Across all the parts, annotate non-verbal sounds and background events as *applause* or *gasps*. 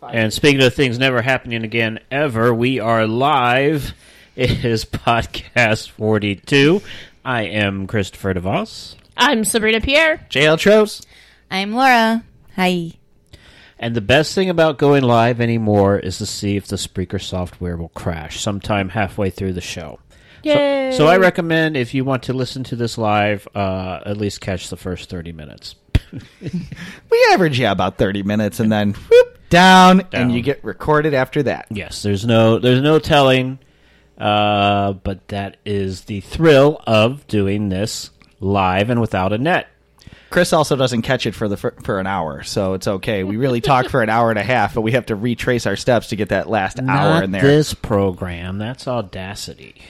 five. And speaking of things never happening again ever, we are live. It is *laughs* podcast 42. I am Christopher DeVos. I'm Sabrina Pierre. JL Tros. I'm Laura. Hi. And the best thing about going live anymore is to see if the Spreaker software will crash sometime halfway through the show. So, Yay. so I recommend if you want to listen to this live, uh, at least catch the first 30 minutes. We average yeah about thirty minutes, and then whoop, down, Down. and you get recorded after that. Yes, there's no there's no telling, uh, but that is the thrill of doing this live and without a net. Chris also doesn't catch it for the for, for an hour, so it's okay. We really talk for an hour and a half, but we have to retrace our steps to get that last hour Not in there. this program. That's audacity.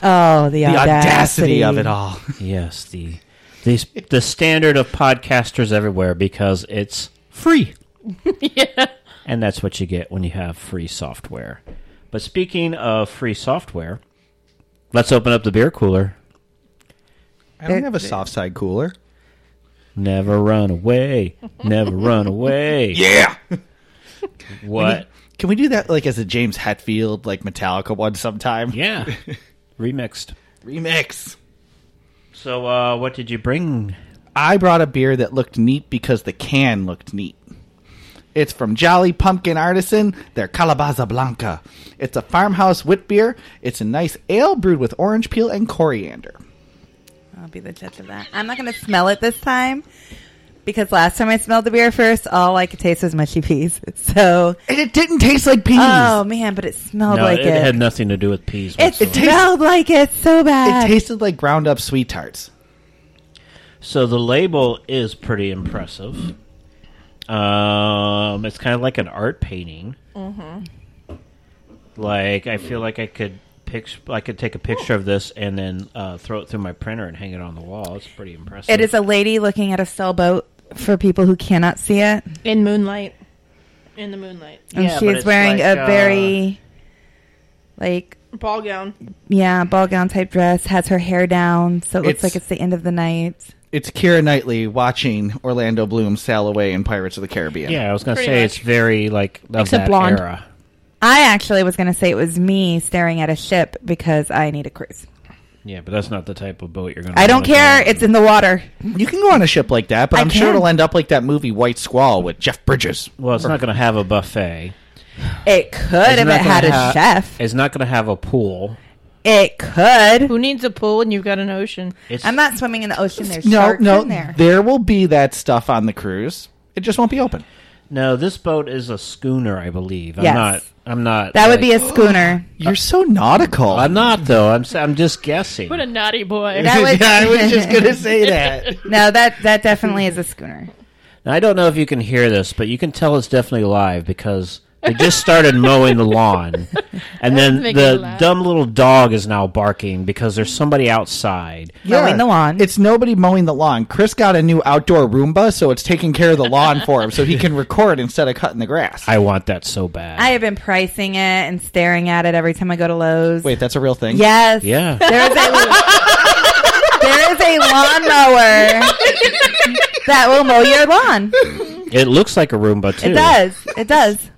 Oh, the, the audacity. audacity of it all. Yes, the the the standard of podcasters everywhere because it's *laughs* free. And that's what you get when you have free software. But speaking of free software, let's open up the beer cooler. I don't have a soft side cooler. Never run away. Never run away. Yeah. What? Can we do that like as a James Hetfield like Metallica one sometime? Yeah. *laughs* Remixed. Remix. So, uh, what did you bring? I brought a beer that looked neat because the can looked neat. It's from Jolly Pumpkin Artisan, their Calabaza Blanca. It's a farmhouse wit beer. It's a nice ale brewed with orange peel and coriander. I'll be the judge of that. I'm not going to smell it this time because last time I smelled the beer first, all I could taste was mushy peas. *laughs* So, And it didn't taste like peas. oh man, but it smelled no, like it, it. had nothing to do with peas. it whatsoever. smelled like it so bad. it tasted like ground up sweet tarts. So the label is pretty impressive. Um, it's kind of like an art painting. Mm-hmm. Like I feel like I could picture, I could take a picture of this and then uh, throw it through my printer and hang it on the wall. It's pretty impressive. it is a lady looking at a sailboat for people who cannot see it. In moonlight. In the moonlight. And Yeah, but she's it's wearing like, a uh, very, like, Ball gown. yeah, ball gown type dress, has her hair down. So it looks It's- like it's the end of the night. It's Kira Knightley watching Orlando Bloom sail away in Pirates of the Caribbean. Yeah, I was gonna Pretty say much. it's very like of Except that blonde. era. I actually was going to say it was me staring at a ship because I need a cruise. Oh Yeah, but that's not the type of boat you're gonna. I don't wanna go care. on. It's in the water. You can go on a ship like that, but I I'm sure can. it'll end up like that movie White Squall with Jeff Bridges. well, it's not gonna have a buffet. It could It's if not it had gonna a ha- chef. It's not gonna have a pool. It could. Who needs a pool when you've got an ocean? It's I'm not swimming in the ocean. There's No, sharks no, in there. there. will be that stuff on the cruise. It just won't be open. No, this boat is a schooner, I believe. I'm Yes. not. I'm not. That would like- be a schooner. *gasps* You're so nautical. I'm not though. I'm s- I'm just guessing. What a naughty boy. That would- *laughs* yeah, I was just gonna say *laughs* that. No, that that definitely is a schooner. Now, I don't know if you can hear this, but you can tell it's definitely live because they just started mowing the lawn, and then making me the laugh. dumb little dog is now barking because there's somebody outside. Mowing the lawn. It's nobody mowing the lawn. Chris got a new outdoor Roomba, so it's taking care of the lawn for him, so he can record instead of cutting the grass. I want that so bad. I have been pricing it and staring at it every time I go to Lowe's. Wait, that's a real thing. Yes. yeah. There is a there is a *laughs* lawnmower that will mow your lawn. It looks like a Roomba too. It does. It does.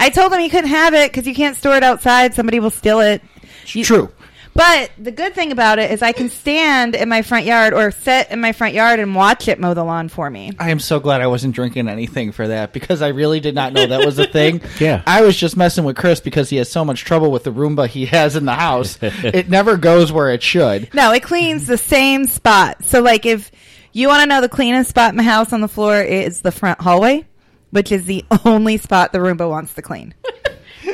I told him he couldn't have it because you can't store it outside. Somebody will steal it. You- True. But the good thing about it is I can stand in my front yard or sit in my front yard and watch it mow the lawn for me. I am so glad I wasn't drinking anything for that because I really did not know that was a thing. Yeah. I was just messing with Chris because he has so much trouble with the Roomba he has in the house. it never goes where it should. No, it cleans the same spot. So, like, if you want to know the cleanest spot in my house on the floor is the front hallway, which is the only spot the Roomba wants to clean.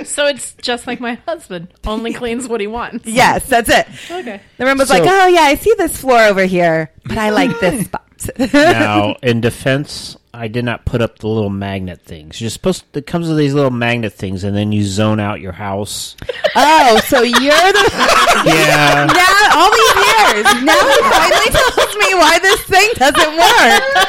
So it's just like my husband. Only *laughs* cleans what he wants. Yes, that's it. *laughs* Okay. The Roomba's So- like, oh, yeah, I see this floor over here, but I like this spot. Now, in defense, I did not put up the little magnet things. You're supposed to, it comes with these little magnet things, and then you zone out your house. *laughs* oh, so you're the. Yeah. now all these years, now he finally tells me why this thing doesn't work.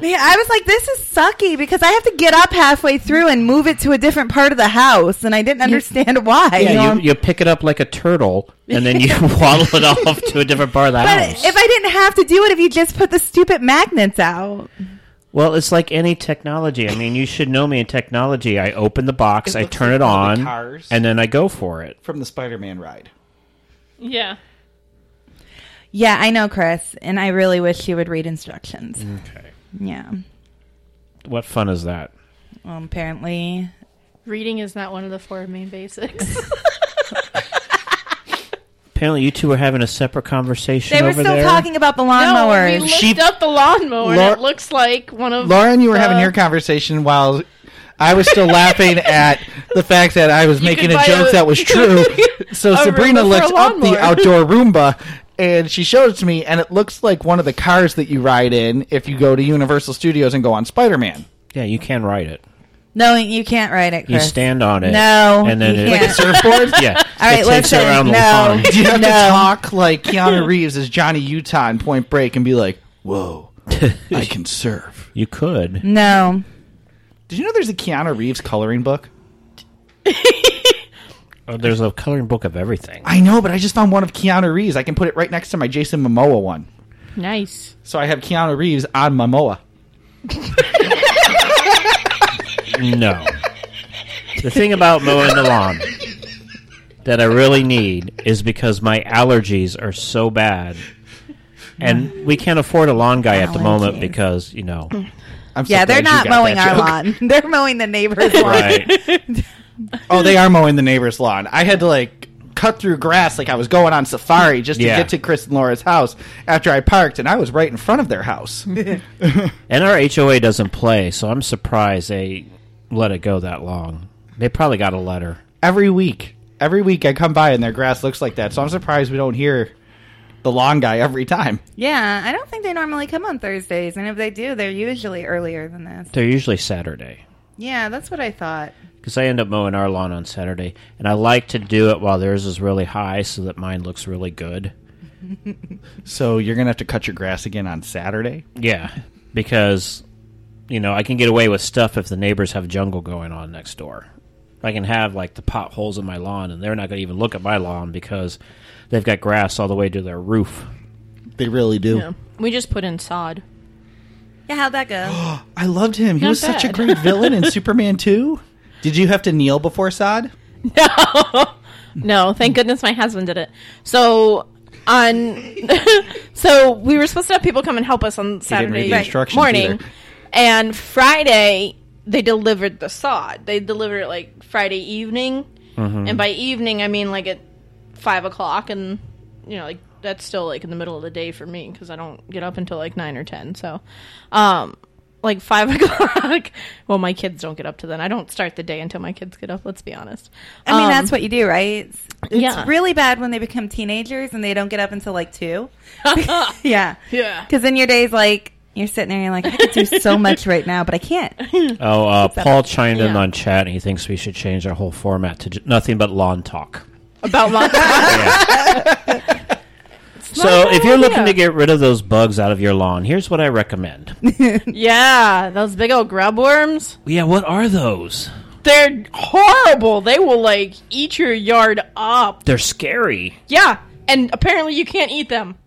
Man, I was like, this is sucky because I have to get up halfway through and move it to a different part of the house, and I didn't understand why. Yeah, you, you pick it up like a turtle, and then you *laughs* waddle it off to a different part of the but house. if I didn't have to do it, if you just put the stupid magnets out, Well, it's like any technology. I mean, you should know me in technology. I open the box, It I looks turn like it one of the on, cars. and then I go for it. from the Spider-Man ride. Yeah. Yeah, I know, Chris, and I really wish you would read instructions. Okay. Yeah. What fun is that? *laughs* Well, apparently, Reading is not one of the four main basics. *laughs* Apparently, you two are having a separate conversation they were over still there. talking about the no, lawnmowers. when we looked She- up the lawnmower Laura- and it looks like one of *laughs* Lauren, you were having the- your conversation while I was still *laughs* laughing at the fact that I was making could a buy joke a- that *laughs* was true. So a Sabrina Roomba for looks a up the lawnmower. *laughs* outdoor Roomba and she showed it to me, and it looks like one of the cars that you ride in if you go to Universal Studios and go on Spider *laughs* Man. Yeah, you can write it. no, you can't write it, You Chris. stand on it. No, and then you it, can't. Surfboard? *laughs* yeah, All right, it takes you listen, around the no. *laughs* lawn. Do you have to No. talk like *laughs* Keanu Reeves as Johnny Utah in Point Break and be like, whoa, *laughs* I can surf? Uh, You could. No. Did you know there's a Keanu Reeves coloring book? Oh, There's a coloring book of everything. I know, but I just found one of Keanu Reeves. I can put it right next to my Jason Momoa one. Nice. So I have Keanu Reeves on Momoa. No. The thing about mowing the lawn that I really need is because my allergies are so bad. And we can't afford a lawn guy at the moment Allergies. because, you *laughs* know, I'm so Yeah, glad they're you not got mowing that our joke. lawn. *laughs* They're mowing the *laughs* neighbor's lawn. right. Oh, they are mowing the neighbor's lawn. I had to like cut through grass like I was going on safari just to Yeah. get to Chris and Laura's house after I parked, and I was right in front of *laughs* their house. And our HOA doesn't play, so I'm surprised they let it go that long. They probably got a letter. every week, every week I come by and their grass looks like that. So I'm surprised we don't hear the lawn guy every time. Yeah, I don't think they normally come on Thursdays, and if they do, they're usually earlier than this. They're usually Saturday. Yeah, that's what I thought. Because I end up mowing our lawn on Saturday, and I like to do it while theirs is really high so that mine looks really good. So you're gonna have to cut your grass again on Saturday. Yeah, because you know I can get away with stuff if the neighbors have jungle going on next door. I can have like the potholes in my lawn, and they're not going to even look at my lawn because they've got grass all the way to their *laughs* roof. They really do. Yeah. We just put in sod. Yeah, how'd that *gasps* go? I loved him. He Not was such a bad. great *laughs* villain in Superman 2. Did you have to kneel before Sod? *laughs* No, thank goodness my husband did it. So on *laughs* so we were supposed to have people come and help us on didn't read Saturday the instructions morning. either. And Friday they delivered the sod. They delivered it like Friday evening. And by evening I mean like at five o'clock and you know, like that's still like in the middle of the day for me because I don't get up until like nine or ten. So um like *laughs* five o'clock. Well, my kids don't get up to then. I don't start the day until my kids get up. Let's be honest. I mean, Um, that's what you do, right? It's, it's Yeah. really bad when they become teenagers and they don't get up until like two. *laughs* yeah. Yeah. Because then your day's like, you're sitting there and you're like, I could do *laughs* so much right now, but I can't. Oh, uh, Paul chimed in Yeah. on chat, and he thinks we should change our whole format to j- nothing but lawn talk. *laughs* *laughs* about lawn. So, a if bad you're looking to idea. get rid of those bugs out of your lawn, here's what I recommend. *laughs* yeah, those big old grub worms. yeah, what are those? They're horrible. They will like eat your yard up. They're scary. Yeah, and apparently you can't eat them. *laughs*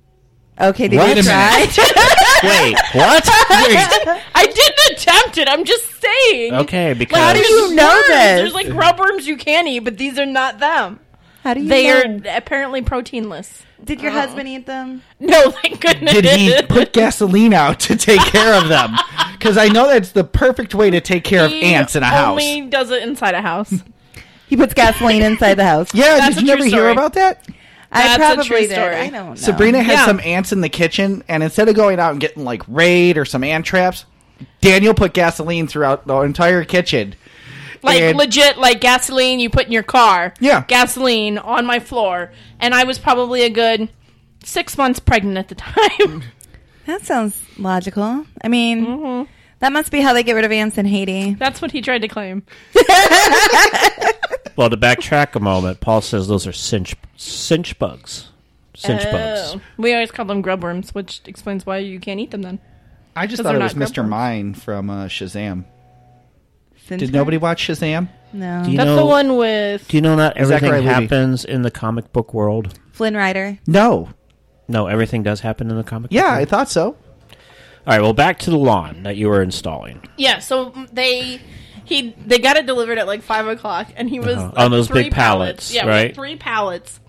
Okay, did Wait you a try? *laughs* Wait, what? *laughs* I didn't attempt it. I'm just saying. Okay, Like, how do because you know know this? this? There's like grub worms you can eat, but these are not them. How do you They know? are apparently proteinless. Did your husband eat them? *laughs* No, thank goodness. Did *laughs* he put gasoline out to take care of them? Because I know that's the perfect way to take care of He ants in a house. Only does it inside a *laughs* house. He puts gasoline inside the *laughs* house. Yeah, That's did a you true never hear story. about that? I That's a probably true did. story. I don't know. Sabrina had Yeah. some ants in the kitchen, and instead of going out and getting like raid or some ant traps, Daniel put gasoline throughout the entire kitchen. like And- legit like gasoline you put in your car Yeah. gasoline on my floor and i was probably a good six months pregnant at the time *laughs* That sounds logical. I mean, Mm-hmm. that must be how they get rid of ants in Haiti. that's what he tried to claim well, to backtrack a moment, Paul says those are cinch cinch bugs, Oh. cinch bugs. we always call them grub worms which explains why you can't eat them then I just Those thought are it was not Mr. Mine from uh, Shazam. Since- Did nobody watch Shazam? No. Do you that's know? the one with do you know not everything Zachary Levi. happens in the comic book world? Flynn Rider. No. No, everything does happen in the comic. Yeah, book I world. thought so. All right. Well, back to the lawn that you were installing Yeah, so they he they got it delivered at like five o'clock, and he was Uh-huh. like, On those three big pallets, Yeah, right? with three pallets.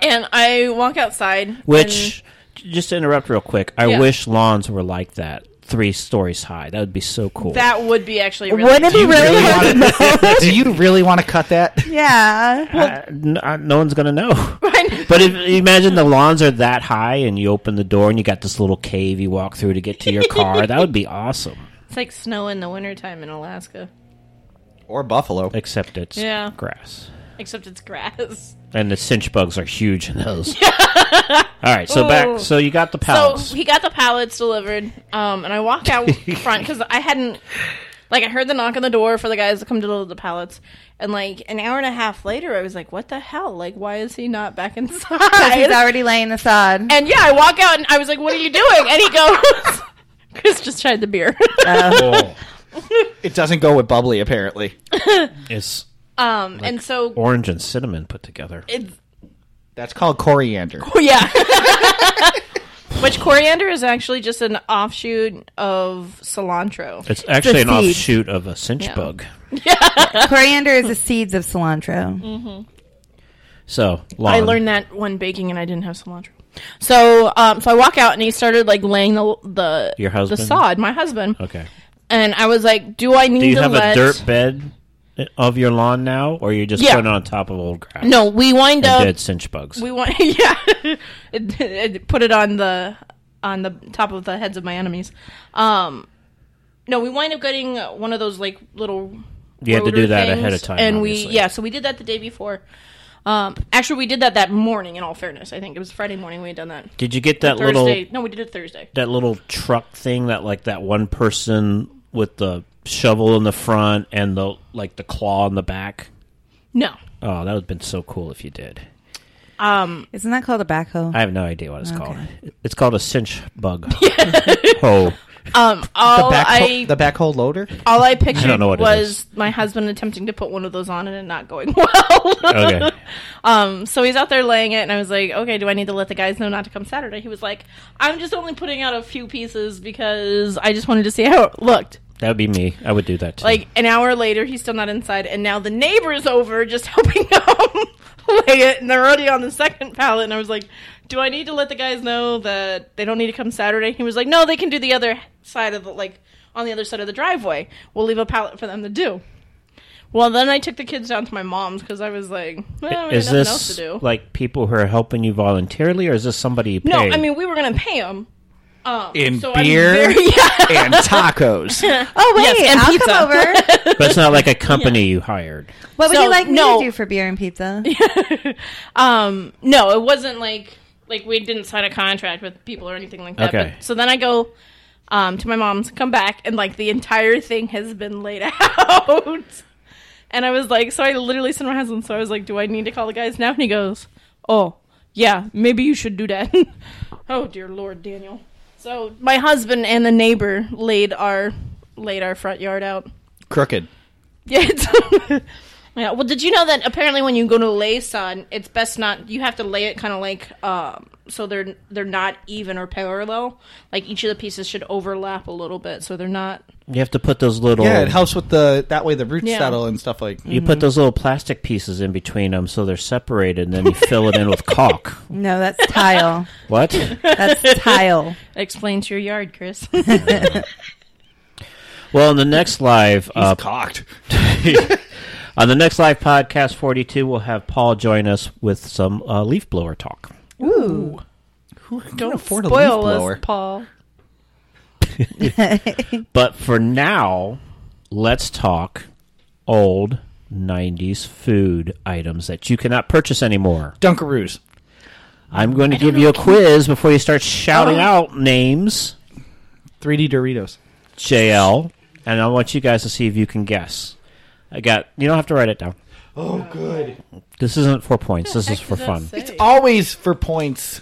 And I walk outside, Which, j- just to interrupt real quick, I Yeah. wish lawns were like that, three stories high. That would be so cool. and that would be actually really Wouldn't it be cute. really? Really wanna- do you really want to cut that? yeah. *laughs* Uh, *laughs* n- uh, no one's gonna know. Right? *laughs* But if imagine the lawns are that high, and you open the door, and you got this little cave you walk through to get to your car. that would be awesome. it's like snow in the wintertime in Alaska, Or buffalo? Except it's Yeah. grass, except *laughs* it's grass. and the cinch bugs are huge in those. *laughs* All right, so back. Ooh. So you got the Oh. So pallets. he got the pallets delivered, um, and I *laughs* walk out front because I hadn't, like, I heard the knock on the door for the guys to come deliver *laughs* the pallets, and like an hour and a half later, I was like, "What the hell? Like, why is he *laughs* not back Because he's inside?" already laying *laughs* the sod. And yeah, I walk out and I was like, "What are you doing?" And he goes, *laughs* "Chris just tried the beer." Uh, Oh, It doesn't go with bubbly, apparently. it's *laughs* um, and so orange and cinnamon put together. it's That's called coriander. Oh, yeah. *laughs* Which coriander is actually just an offshoot of cilantro. It's actually an seed. offshoot of a cinch Yeah. bug. Coriander is the seeds of Mm. cilantro. So lawn. I learned that when baking, and I didn't have cilantro. So, um, so I walk out, and he started like laying the the Your husband? the sod, my husband, Okay. and I was like, "Do I need Do you to have let?" a dirt bed of your lawn now, or you're just Yeah. putting it on top of old grass? no, we wind And up. dead cinch bugs. We want, *laughs* yeah, It- it put it on the on the top of the heads of my enemies. Um, no, we wind up getting one of those like little. You had to rotor do that ahead things, of time, and we obviously. yeah, so we did that the day before. Um, actually, we did that that morning. In all fairness, I think it was Friday morning we had done that. Did you get that Thursday, little no, we did it Thursday. that little truck thing that like that one person with the shovel in the front and the like the claw in the back? No. Oh, that would have been so cool if you did. Um, Isn't that called a backhoe? I have no idea what it's called. It's called a cinch *laughs* bug. Oh, Ho. um, all the back I the backhoe loader? all I pictured know what it was my husband attempting to put one of those on it and not going *laughs* well. Okay. *laughs* um, so he's out there laying it, and I was like, okay, do I need to let the guys know not to come Saturday? He was like, I'm just only putting out a few pieces because I just wanted to see how it looked. That would be me. I would do that too. Like an hour later, he's still not inside, and now the neighbor's over just *laughs* helping him lay it, and they're already on the second pallet. And I was like, "Do I need to let the guys know that they don't need to come Saturday?" He was like, "No, they can do the other side of the like on the other side of the driveway. We'll leave a pallet for them to do." Well, then I took the kids down to my mom's because I was like, well, "I is have nothing else to this do." like people who are helping you voluntarily, or is this somebody you no, paid? I mean we were gonna pay them. Um, In so I'm beer very- *laughs* yeah. and tacos. *laughs* oh wait, Yes, and I'll pizza. *laughs* come over. but it's not like a company you hired. What would So, you like me no. to do for beer and *laughs* pizza? *laughs* Um, no, it wasn't like like we didn't sign a contract with people or anything like that. Okay. But, so then I go um, to my mom's, come back, and like the entire thing has been laid *laughs* out. And I was like, so I literally sent my husband. So I was like, do I need to call the guys now? And he goes, oh yeah, maybe you should do that. *laughs* oh dear lord, Daniel. So my husband and the neighbor laid our laid our front yard out. Crooked. Yeah. It's *laughs* yeah. Well, did you know that apparently when you go to lay sod, it's best not. You have to lay it kind of like um, so they're they're not even or parallel. Like each of the pieces should overlap a little bit, so they're not. You have to put those little Yeah, it helps with the that way the roots Yeah. settle and stuff like. You put those little plastic pieces in between them so they're separated, and then you fill it in *laughs* with caulk. No, that's tile. What? That's tile. Explain to your yard, *laughs* Chris. Well, in the next live, He's uh, cocked. *laughs* on the next live podcast forty two, we'll have Paul join us with some uh, leaf blower talk. Ooh. Who can Don't afford a leaf spoil blower? us, Paul. But for now, let's talk old '90s food items that you cannot purchase anymore. Dunkaroos. I'm going to give you a quiz before you start shouting out names, 3D Doritos. JL, and I want you guys to see if you can guess. I got. You don't have to write it down. Oh, good. This isn't for points. This is for fun. It's Always for points.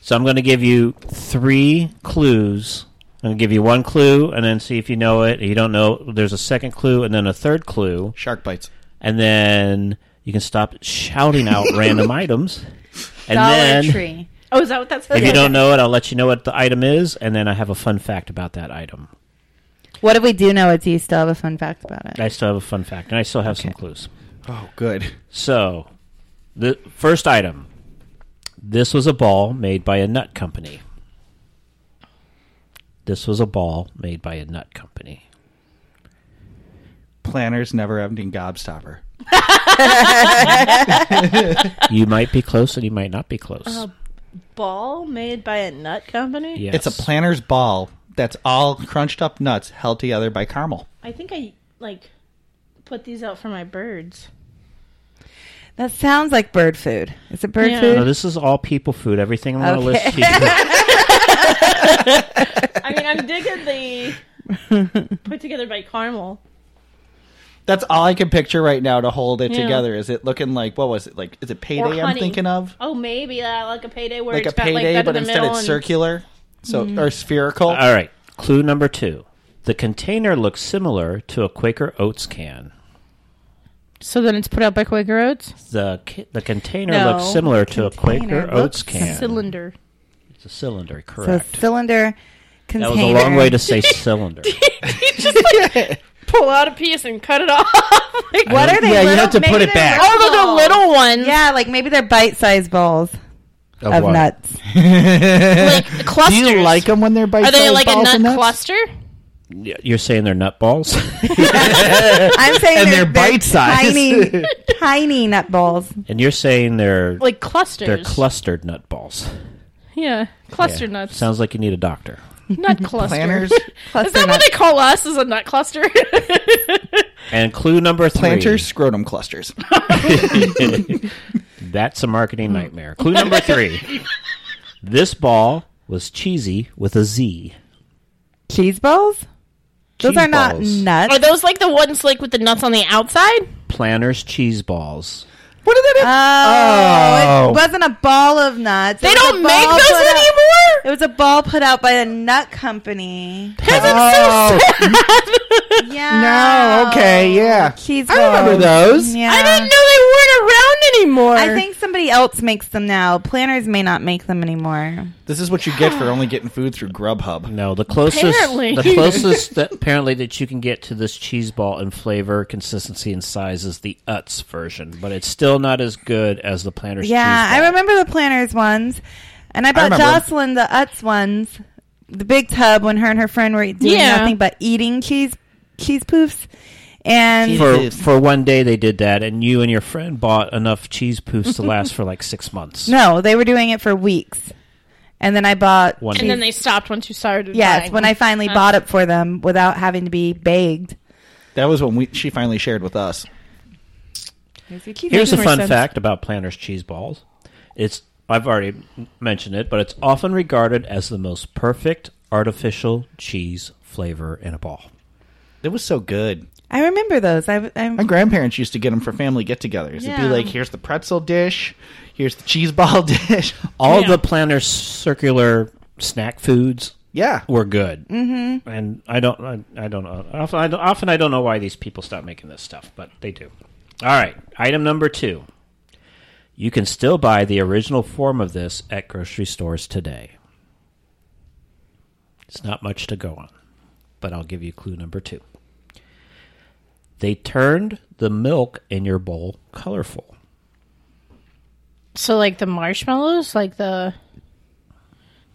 So I'm going to give you three clues. I'm going to give you one clue and then see if you know it. If you don't know, there's a second clue and then a third clue. Shark bites. And *laughs* then you can stop shouting out random items. And Dollar then Tree. Oh, is that what that says? If you don't know it, I'll let you know what the item is, and then I have a fun fact about that item. What if we do know it? Do you still have a fun fact about it? I still have a fun fact, and I still have some clues. Oh, good. So, the first item. This was a ball made by a nut company. This was a ball made by a nut company. Planners never ending gobstopper. You might be close, and you might not be close. Ball made by a nut company. Yes. It's a planner's ball that's all crunched up nuts held together by caramel. I think I like put these out for *laughs* my birds. That sounds like bird food. Is it bird Yeah. No, food? this is all people food. Everything on the Okay. list here. I mean, I'm digging the put together by caramel. That's all I can picture right now to hold it Yeah. together. Is it looking like what was it like? Is it Or payday? I'm honey. thinking of Oh, maybe uh, like a payday where like it's a got like payday, that but in the instead middle. Mm-hmm. it's circular, so or spherical. all right. Clue number two. The container looks similar to a Quaker Oats can. So then it's put out by Quaker Oats. The ca- the container No. looks similar to a Container Quaker Oats looks can. Cylinder. It's a cylinder, So correct. cylinder that container. was a long way to say cylinder. Pull out a piece and cut it *laughs* off. *laughs* like, What are they? Yeah, you little- have to maybe put they're it back. little- Oh, those are little ones. Yeah, like maybe they're bite-sized balls of what? nuts. like *laughs* Do clusters. you like them when they're bite Are they like a balls nut and nuts? cluster? Y- You're saying they're nut balls? I'm saying *laughs* And they're, they're bite-sized. *laughs* tiny, tiny nut balls. and you're saying they're Like clusters. they're clustered nut balls. yeah, cluster Yeah. nuts. Sounds like you need a doctor. *laughs* nut cluster. *laughs* Planners, Cluster Is that what nuts. they call us? Is a nut *laughs* cluster? And clue number three. planters, *laughs* scrotum clusters. That's a Hmm. marketing nightmare. Clue number three. *laughs* this ball was cheesy with a Z. cheese balls? Those Cheese are not balls. nuts. Are those like the ones like with the nuts on the outside? Planners cheese balls. What did that? Oh, Oh. it wasn't a ball of nuts. They It was a don't make ball those put out- anymore. It was a ball put out by a nut *laughs* company. oh, Yeah. no. Okay, Oh. yeah. Cheese balls. I remember those. Yeah. I didn't know they weren't around anymore. I think somebody else makes them now. Planners may not make them anymore. This is what you get for only getting food through Grubhub. No, the closest Apparently. the closest that apparently that you can get to this cheese ball in flavor, consistency, and size is the Utz version, but it's still not as good as the Planters. Yeah, cheese ball. I remember the planners ones, and I bought remember 'em. Jocelyn the Utz ones, the big tub when her and her friend were doing Yeah. nothing but eating cheese cheese poofs, and for Yes. for one day they did that, and you and your friend bought enough cheese poofs to last for like six months. no, they were doing it for weeks, and then I bought One And then day. they stopped once you started. yes buying. when I finally bought it for them without having to be begged. That was when we she finally shared with us. Here's a more fun sense. fact about Planters cheese balls. It's I've already m- mentioned it, but it's often regarded as the most perfect artificial cheese flavor in a ball. It was so good. I remember those. I, I My grandparents used to get them for family get-togethers. It'd Yeah. be like, here's the pretzel dish, here's the cheese ball *laughs* dish. All Yeah. the Planters circular snack foods yeah, were good, mm-hmm. and I don't, I, I don't know. Often I don't, often I don't know why these people stop making this stuff, but they do. All right, item number two. You can still buy the original form of this at grocery stores today. It's not much to go on, but I'll give you clue number two. They turned the milk in your bowl colorful. So like the marshmallows, like the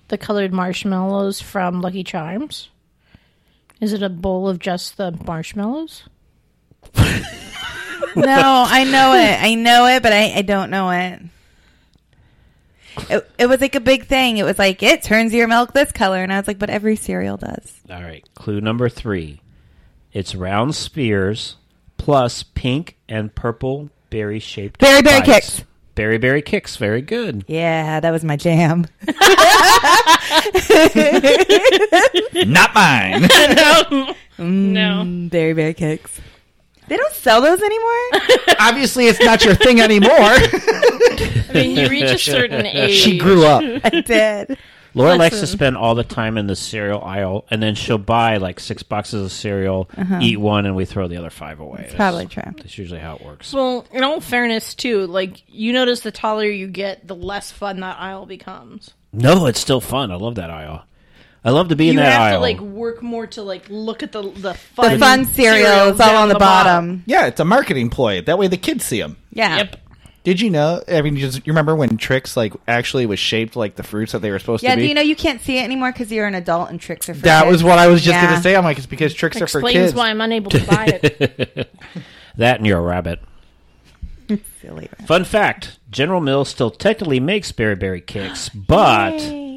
the colored marshmallows from Lucky Charms. Is it a bowl of just the marshmallows? no, I know *laughs* it. I know it, but I, I don't know it. it. It was like a big thing. It was like it turns your milk this color, and I was like, but every cereal does. All right. Clue number three. It's round spheres plus pink and purple berry shaped. Berry Berry bites. Kicks. Berry berry kicks. Very good. Yeah, that was my jam. not *laughs* mine. Mm. No. Berry Berry Kicks. They don't sell those anymore. Obviously, it's not your *laughs* thing anymore. *laughs* I mean, you reach a certain age. *laughs* she grew up. I did. Laura Listen. likes to spend all the time in the cereal aisle, and then she'll buy like six boxes of cereal, eat one, and we throw the other five away. That's Uh-huh. probably true. That's usually how it works. Well, in all fairness, too, like you notice the taller you get, the less fun that aisle becomes. No, it's still fun. I love that aisle. I love to be in you that have aisle. to like work more to like look at the the The fun, fun cereal, it's all down on the, bottom. Yeah, it's a marketing ploy. That way the kids see them. Yeah. Yep. Did you know? I mean, you, just, you remember when Trix like actually was shaped like the fruits that they were supposed Yeah, to be? do you know you can't see it anymore because you're an adult and tricks are for that kids? was what I was just Yeah. gonna say. I'm like, it's because tricks are for Explains kids. why I'm unable to buy *laughs* it. that and you're a rabbit. Silly. Fun fact General Mills still technically makes Berry Berry *gasps* Kicks, but the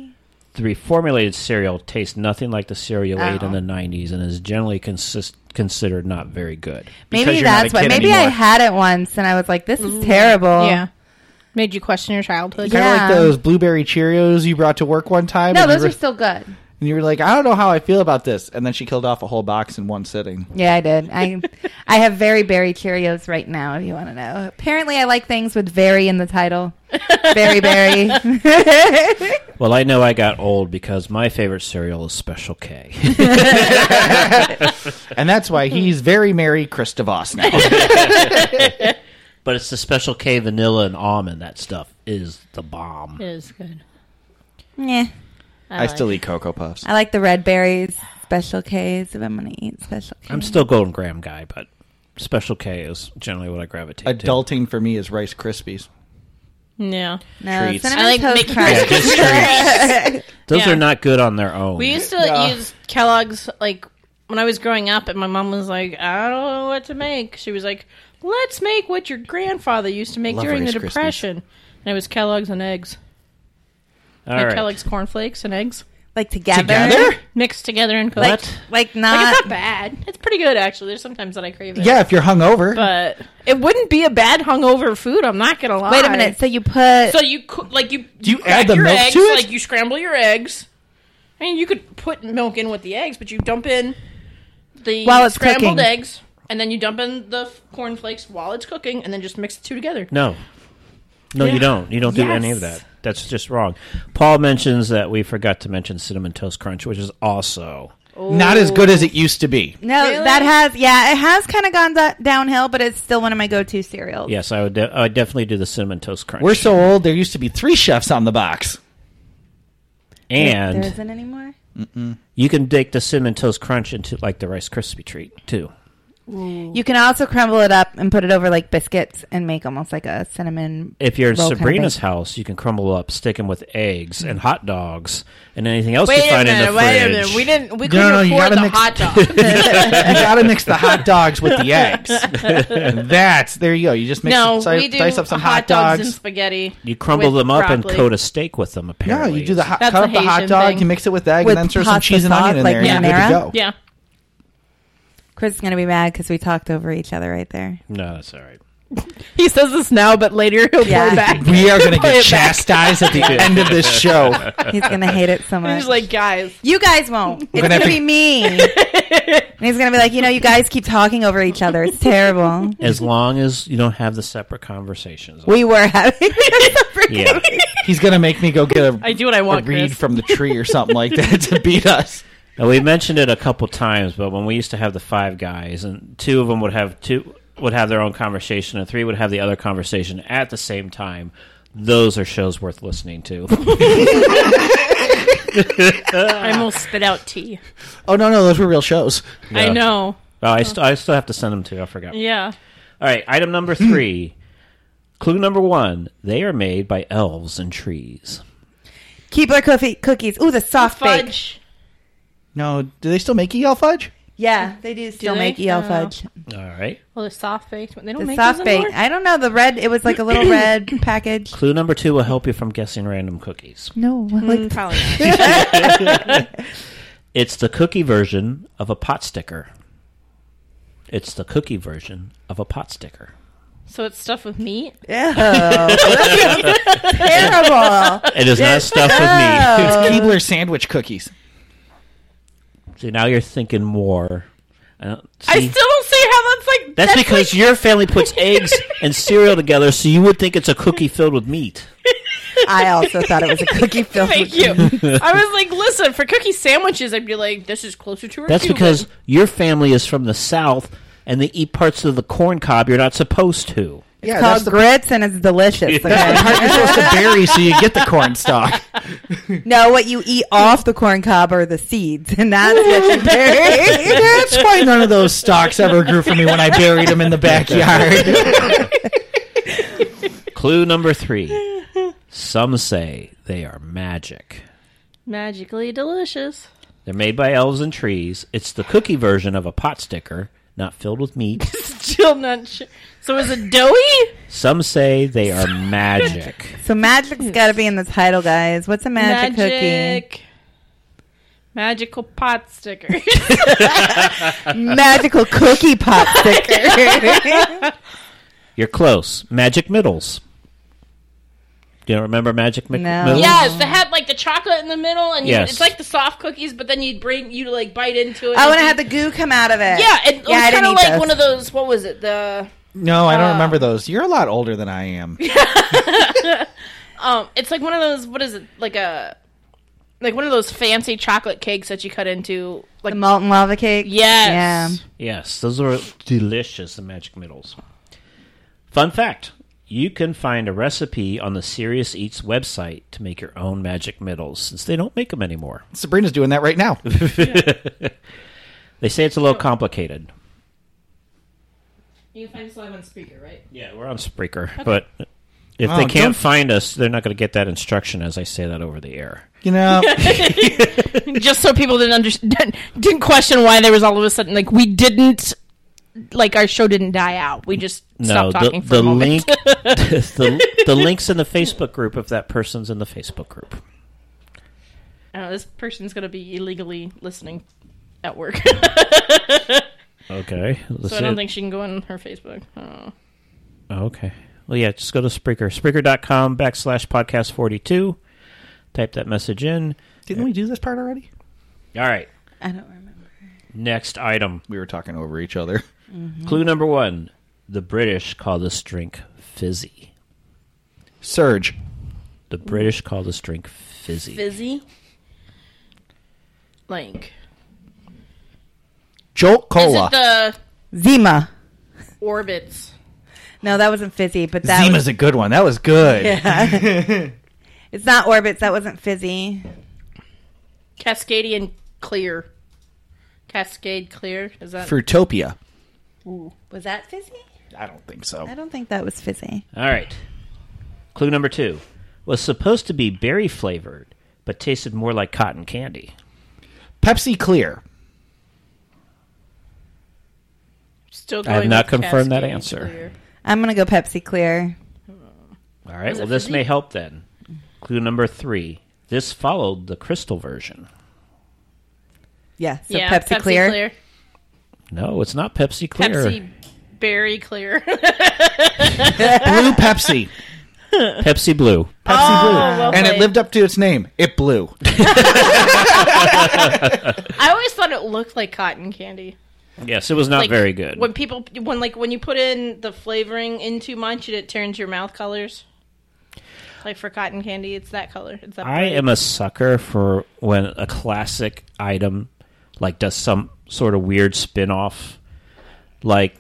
reformulated cereal tastes nothing like the cereal ate Oh. in the 90s and is generally consist- considered not very good. Because Maybe you're not that's a why. kid Maybe I anymore. had it once and I was like, this is terrible. yeah. Made you question your childhood. Kind of Yeah. like those blueberry Cheerios you brought to work one time. No, and, those you are were, still good. and you were like, I don't know how I feel about this. And then she killed off a whole box in one sitting. Yeah, I did. I I have very berry Cheerios right now. If you want to know, apparently I like things with "very" in the *laughs* title. Berry berry. Well, I know I got old because my favorite cereal is Special K. *laughs* *laughs* And that's why he's very Merry Christavos *laughs* now. but it's the Special K vanilla and almond. That stuff is the bomb. It is good. *laughs* yeah, I still eat Cocoa Puffs. I like the red berries. Special K's if I'm gonna eat special K's. I'm still Golden Graham guy, but Special K is generally what I gravitate Adulting for me is Rice Krispies. Yeah. no, treats. cinnamon I like toast Mickey to. crunch. Yeah, just treats. Those Yeah. are not good on their own. We used to Yeah. use Kellogg's like when I was growing up, and my mom was like, "I don't know what to make." She was like, "Let's make what your grandfather used to make Love during Rice the Krispies. Depression," and it was Kellogg's and eggs, All like right. Kellogg's cornflakes and eggs *laughs* like together. Together? mixed together and cooked. What? Like, Like not. it's not bad. It's pretty good actually. There's sometimes that I crave it. Yeah, if you're hungover. but it wouldn't be a bad hungover food. I'm not gonna lie. Wait a minute. So you put So you cook like you Do you crack add the your milk eggs, to it? Like you scramble your eggs. I mean, you could put milk in with the eggs, but you dump in the While it's scrambled cooking. eggs, and then you dump in the f- cornflakes while it's cooking, and then just mix the two together. No. No, you Yeah. don't. You don't do any of Yes. that. That's just wrong. Paul mentions that we forgot to mention Cinnamon Toast Crunch, which is also. Not as good as it used to be. no. Really? That has yeah. It has kind of gone da- downhill, but it's still one of my go-to cereals. Yes, I would, de- I would definitely do the Cinnamon Toast Crunch. We're so old, there used to be three chefs on the box. there and isn't anymore. you can take the Cinnamon Toast Crunch into like the Rice Krispie treat, too. You can also crumble it up and put it over like biscuits and make almost like a cinnamon. If you're in roll kind of Sabrina's thing. house, you can crumble up, stick them with eggs and hot dogs and anything else you find in the fridge. didn't. We couldn't no, you afford gotta the mix- hot *laughs* dog. you gotta mix the hot dogs with the eggs. That's there you go. You just mix no, si- we do dice up some hot and dogs. spaghetti. You crumble with them up broccoli. and coat a steak with them. No, Apparently, you do the hot, That's cut a up the hot Haitian dog, thing. you mix it with egg, With and then throw some pasta cheese and onion in sauce, there, like and you're good to marinara? go. Yeah, Chris is gonna be mad because we talked over each other right *laughs* there. No, that's all right. *laughs* he says this now, but later he'll Yeah. *laughs* back. We are *laughs* gonna Play get it back. chastised at the end of this show. He's gonna hate it so much. He's like, guys, you guys won't. It's gonna gonna, have to- be *laughs* me. and he's gonna be like, you know, you guys keep talking over each other. It's terrible. As long as you don't have the separate conversations. We were having. *laughs* Yeah. He's gonna make me go get a, I do what I a want. reed Chris. from the tree or something like *laughs* that to beat us. Now, we mentioned it a couple times, but when we used to have the five guys, and two of them would have two would have their own conversation, and three would have the other conversation at the same time. Those are shows worth listening to. I almost spit out tea. Oh no, no, those were real shows. Yeah. I know. Oh, I, st- I still have to send them to you. I forgot. Yeah. All right, item number three. Clue number one: They are made by elves and trees. Keebler cookie, cookies. Ooh, the soft bake. Fudge. No, do they still make EL fudge? Yeah, they do still they? make EL Oh. fudge. All right. Well, the soft baked. They don't The make soft soft bake. I don't know. The red. It was like a *clears throat* little red package. Clue number two will help you from guessing random cookies. No, Probably not. like *laughs* *laughs* It's the cookie version of a pot sticker. It's the cookie version of a pot sticker. So it's stuff with meat. *laughs* Oh, terrible. It is not stuffed with meat. Oh. It's Uh, Keebler sandwich cookies. See, now you're thinking more. I don't- I see? still don't see how that's like. that's, because your family puts eggs and cereal together, so you would think it's a cookie filled with meat. I also thought it was a *laughs* cookie filled. Thank you. I was like, listen, for cookie sandwiches, I'd be like, this is closer to a That's Cuban. because your family is from the South and they eat parts of the corn cob you're not supposed to. Yeah, It's called grits and it's delicious. the okay? *laughs* part you're supposed to bury so you get the corn stalk. no, what you eat off the corn cob are the seeds, and that's what you *laughs* bury. That's why none of those stalks ever grew for me when I buried them in the backyard. *laughs* Clue number three. Some say they are magic. magically delicious. They're made by elves and trees. It's the cookie version of a pot sticker, not filled with meat. Still not sure. So is it doughy? Some say they are magic. so magic's got to be in the title, guys. What's a magic, Magical pot sticker. *laughs* *laughs* cookie? Magical cookie pot *laughs* sticker. You're close. Magic middles. Do you remember magic Mi- No. middles? yes, they had like the chocolate in the middle, and you, Yes. it's like the soft cookies, but then you'd bring you like bite into it. *laughs* oh, and I you- had the goo come out of it. yeah, it, it I was kind didn't of eat like those. one of those. What was it? The No, I don't remember those. You're a lot older than I am. um, it's like one of those. What is it? Like a like one of those fancy chocolate cakes that you cut into. Like the malt and lava cake. yes, Yeah. Yes, those are delicious, the magic middles. Fun fact you can find a recipe on the Serious Eats website to make your own magic middles, since they don't make them anymore. Sabrina's doing that right now. They say it's a little complicated. you can find this live on speaker, right? Yeah, we're on Spreaker, but if Oh, they can't don't- find us, they're not going to get that instruction as I say that over the air. You *laughs* know, *laughs* just so people didn't understand didn't question why there was all of a sudden like we didn't like our show didn't die out we just No, stopped the, talking for the a moment *laughs* link, *laughs* the, *laughs* the link's in the Facebook group if that person's in the Facebook group. I don't know, this person's gonna be illegally listening at work *laughs* Okay. so i don't think she can go on her facebook Oh. I don't know. Okay. Well, yeah, just go to Spreaker. Spreaker.com backslash podcast 42. Type that message in. didn't we do this part already? All right. I don't remember. Next item. We were talking over each other. Clue number one. The British call this drink fizzy. Surge. The British call this drink fizzy. fizzy like Jolt is Cola. it the Zima. orbits No, that wasn't fizzy, but that Zima's was, a good one. That was good. it's not orbits. That wasn't fizzy. cascadian clear cascade clear is that Fruitopia. Was that fizzy? I don't think so. I don't think that was fizzy. All right. Clue number two. Was supposed to be berry flavored, but tasted more like cotton candy. *laughs* Pepsi Clear. still I have going not with confirmed that Cascade answer. Clear. I'm gonna go Pepsi Clear. All right. Was it Well, this fizzy? may help then. Clue number three. This followed the crystal version. Yeah, so yeah Pepsi, Clear. No, it's not Pepsi Clear. Pepsi Berry Clear. *laughs* Blue Pepsi. Pepsi Blue. Pepsi Oh, Blue. and it lived up to its name. It blew. I always thought it looked like cotton candy. Yes, it was not Like, very good. When people when like when you put in the flavoring in too much, it turns your mouth colors. Like for cotton candy, it's that color. It's that I am a sucker for when a classic item like does some sort of weird spin-off like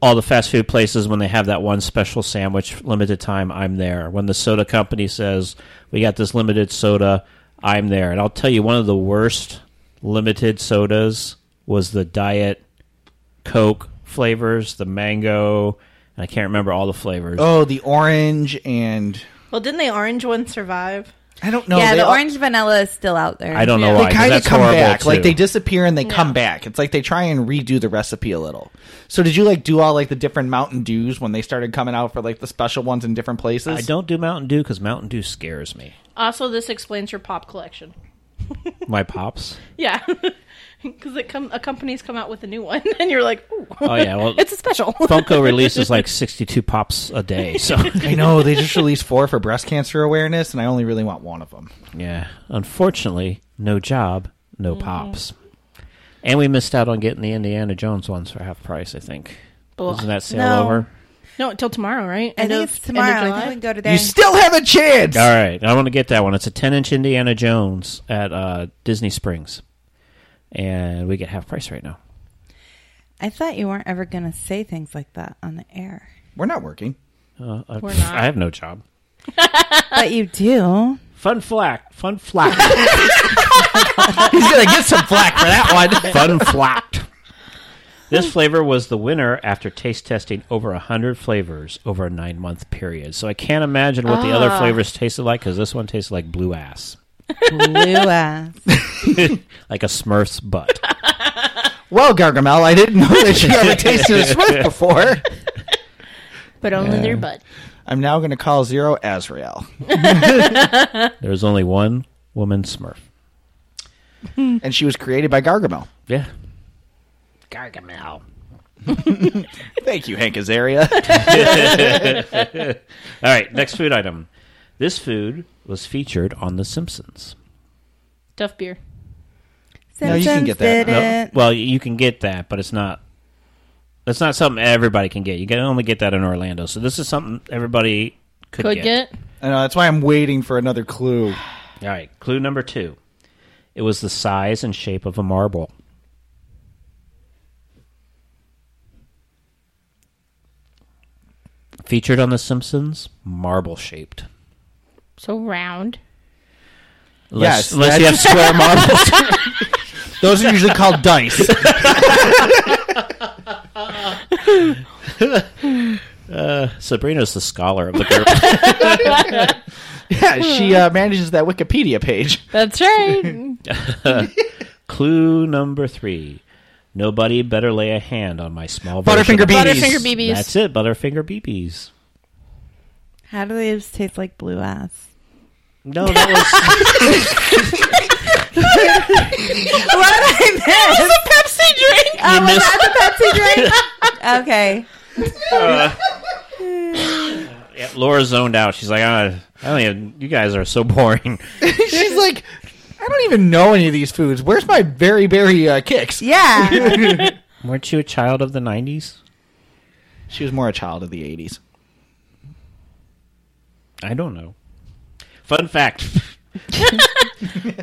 all the fast food places when they have that one special sandwich limited time I'm there when the soda company says we got this limited soda I'm there and I'll tell you one of the worst limited sodas was the diet coke flavors the mango and I can't remember all the flavors Oh, the orange and Well, didn't the orange one survive? I don't know. yeah, they the all- orange vanilla is still out there. I don't know why They 'cause kind of that's come horrible back. too. Like they disappear and they come back. It's like they try and redo the recipe a little. So did you like do all like the different Mountain Dews when they started coming out for like the special ones in different places? I don't do Mountain Dew because Mountain Dew scares me. Also, this explains your pop collection. My pops. Yeah, *laughs* because it come a company's come out with a new one, *laughs* and you're like, Ooh, Oh yeah, well, *laughs* it's a *laughs* special. Funko releases like sixty-two pops a day. So I know they just released four for breast cancer awareness, and I only really want one of them. yeah, unfortunately, no job, no pops, and we missed out on getting the Indiana Jones ones for half price. I think. Ugh. Isn't that sale No. over? No, until tomorrow, right? I think it's tomorrow. I think we can go today. You still have a chance. All right, I want to get that one. It's a ten-inch Indiana Jones at uh, Disney Springs, and we get half price right now. I thought you weren't ever going to say things like that on the *laughs* air. We're not working. Uh, *laughs* I- We're not. I have no job. But you do. Fun flack, fun flack, *laughs* He's gonna get some flack for that *laughs* one. fun flacked. This flavor was the winner after taste testing over hundred flavors over a nine-month period. So I can't imagine what the Ah. other flavors tasted like because this one tasted like blue ass, *laughs* Blue ass. like a Smurf's *laughs* butt. Well, Gargamel, I didn't know that you *laughs* ever tasted a Smurf before. But only their butt. I'm now gonna call Zero Azrael, There's only one woman Smurf. and she was created by Gargamel. Yeah. Gargamel. Thank you, Hank Azaria. *laughs* All right, next food item. This food was featured on The Simpsons. Duff beer. No, you can get Simpsons did that. No, it. well, you can get that, but it's not. That's not something everybody can get. You can only get that in Orlando. So this is something everybody could, Could get. I know that's why I'm waiting for another clue. All right, clue number two. It was the size and shape of a marble. Featured on The Simpsons, marble shaped. So round. Unless, Yes, unless you *laughs* have square marbles. Those are usually called dice. Sabrina's the scholar of the group. Yeah, she *laughs* uh, manages that Wikipedia page. That's *laughs* right. Clue number three. Nobody better lay a hand on my small version Butterfinger of- BBs. Butterfinger BBs. That's it, Butterfinger BBs. How do they just taste like blue ass? No, that *laughs* what did I miss? That was a Pepsi drink. Oh, You was missed- that the Pepsi drink? okay. *laughs* was *laughs* yeah, Laura zoned out. She's like, "Ah, I don't even. You guys are so boring. *laughs* She's like, I don't even know any of these foods. Where's my berry berry uh, *laughs* kicks? *laughs* Yeah. Weren't you a child of the '90s? She was more a child of the '80s. I don't know. Fun fact: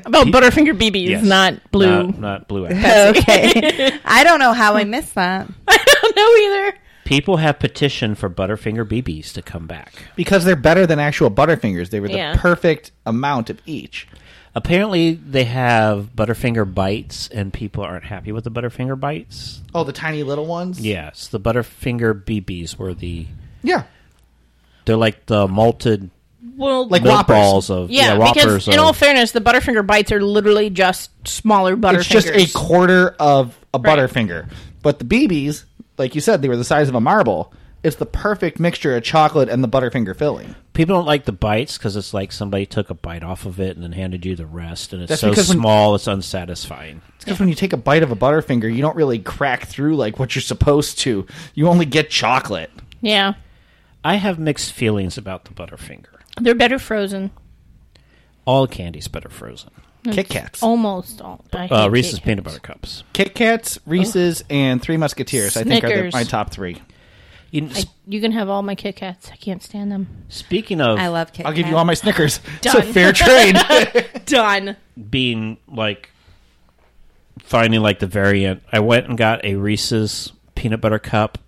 About Butterfinger BBs, Yes. not blue. *laughs* not, not blue. ass. okay. I don't know how I missed that. I don't know either. People have petitioned for Butterfinger BBs to come back. Because they're better than actual Butterfingers. They were the Yeah. perfect amount of each. Apparently, they have Butterfinger bites, and people aren't happy with the Butterfinger bites. Oh, the tiny little ones? Yes, the Butterfinger BBs were the. Yeah. They're like the malted Well, Like milk Whoppers. balls of yeah, yeah, whoppers. because in of- all fairness, the Butterfinger bites are literally just smaller Butterfingers. It's just a quarter of a Right. Butterfinger. But the BBs, like you said, they were the size of a marble. It's the perfect mixture of chocolate and the Butterfinger filling. people don't like the bites because it's like somebody took a bite off of it and then handed you the rest, and it's That's so because when- small it's unsatisfying. Because when you take a bite of a Butterfinger, you don't really crack through like what you're supposed to. You only get chocolate. yeah, I have mixed feelings about the Butterfinger. they're better frozen. All candy's better frozen. Kit Kats. Almost all. I hate Uh, Kit Reese's Kats. peanut butter cups. Kit Kats, Reese's, and Three Musketeers, I think are the, Snickers. my top three. You, kn- I, you can have all my Kit Kats. I can't stand them. speaking of I love Kit I'll give you Kat. all my *laughs* Snickers. It's a Done. fair trade. *laughs* Done. being like finding like the variant, I went and got a Reese's peanut butter cup,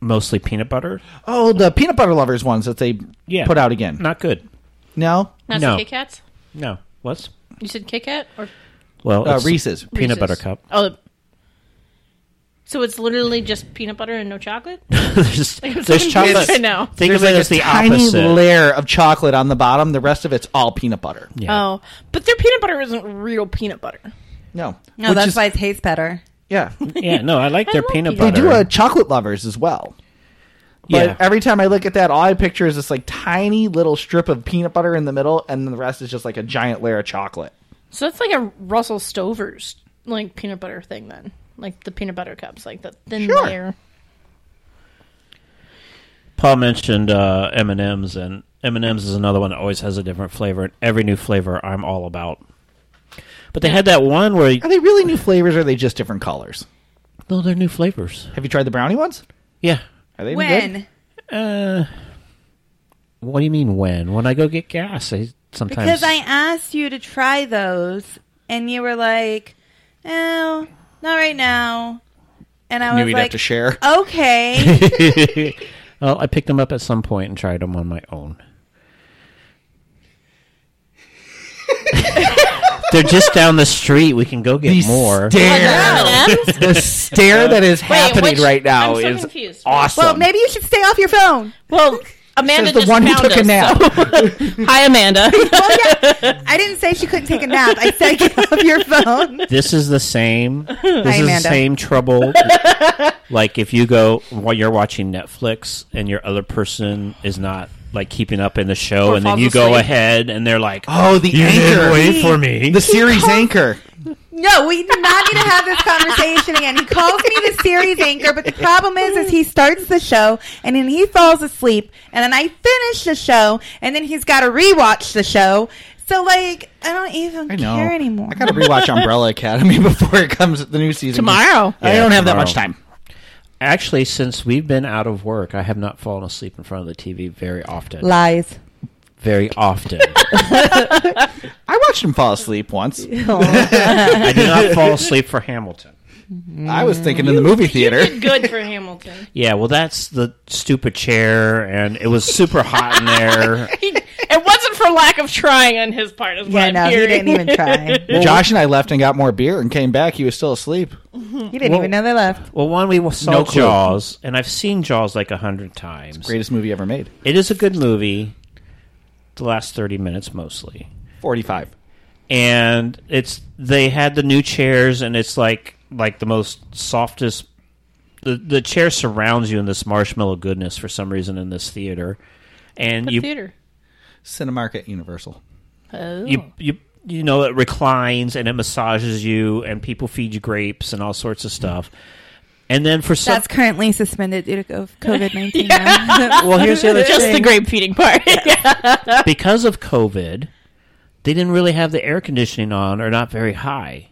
mostly peanut butter. oh, the peanut butter lovers ones that they Yeah, put out again. Not good. no, Not No. the Kit Kats. No. What's? You said Kit Kat or Well, uh, it's Reese's. peanut Reese's? butter cup. Oh. So it's literally just peanut butter and no chocolate. *laughs* *laughs* there's there's so chocolate. confused right now. Think There's of it like as a the tiny opposite. layer of chocolate on the bottom. The rest of it's all peanut butter. Yeah. Oh, but their peanut butter isn't real peanut butter. No, No, Which that's is- why it tastes better. *laughs* Yeah, yeah, no, I like I their like peanut it. they butter. do a chocolate lovers as well. But yeah. every time I look at that, all I picture is this like tiny little strip of peanut butter in the middle, and then the rest is just like a giant layer of chocolate. So that's like a Russell Stover's like peanut butter thing then. Like the peanut butter cups, like the thin Sure. layer. Paul mentioned uh, M and M's, and M and M's is another one that always has a different flavor. And every new flavor, I'm all about. But they had that one where Are they really new flavors? or Are they just different colors? no, they're new flavors. Have you tried the brownie ones? Yeah, Are they any good? When? Uh, what do you mean when? When I go get gas, I sometimes Because I asked you to try those, and you were like, "Oh, not right now." And I Knew was we'd like, uh, have to share. *laughs* "Okay." well, I picked them up at some point and tried them on my *laughs* own. They're just down the street. We can go get The more. stare, M&Ms? the stare that is happening Oh, which- right now I'm so is confused. awesome. well, maybe you should stay off your phone. Well, Amanda Says the just one who found took a us, nap. so- *laughs* Hi, Amanda. Well, yeah, I didn't say she couldn't take a nap. I said get off your phone. This is the *laughs* same. This is Amanda. the same *laughs* trouble. like if you go while you're watching Netflix and your other person is not like keeping up in the show, Or and then falls you go asleep. ahead and they're like, oh, *laughs* the "You didn't anchor, wait for me." the series anchor. *laughs* No, we do not need to have this conversation again. He calls me the series anchor, but the problem is, is he starts the show and then he falls asleep, and then I finish the show, and then he's got to rewatch the show. So like, I don't even I know. care anymore. I gotta rewatch Umbrella Academy *laughs* before it comes the new season Tomorrow. I don't Yeah, have that tomorrow. much time. Actually, since we've been out of work, I have not fallen asleep in front of the TV very often. *laughs* Lies. Very often. *laughs* I watched him fall asleep once. I did not *laughs* fall asleep for Hamilton. I was thinking in the movie theater. Did good for Hamilton. Yeah, well, that's the stupid chair, and it was super hot in there. He, it wasn't for lack of trying on his part, as well. Yeah, no, he *laughs* didn't even try. Josh and I left and got more beer and came back. He was still asleep. He didn't even know they *laughs* left. Well, one, we saw No clue. Jaws, and I've seen Jaws like a hundred times. Greatest movie ever made. It is a good movie, the last 30 minutes mostly. Forty-five. and it's they had the new chairs and it's like like the most softest the the chair surrounds you in this marshmallow goodness for some reason in this theater and you theater. Cinemark at Universal. Oh. you you you know it reclines and it massages you and people feed you grapes and all sorts of stuff and then for some That's currently suspended due to *laughs* COVID nineteen. well here's the other Just the thing grape feeding part. because of covid they didn't really have the air conditioning on or not very high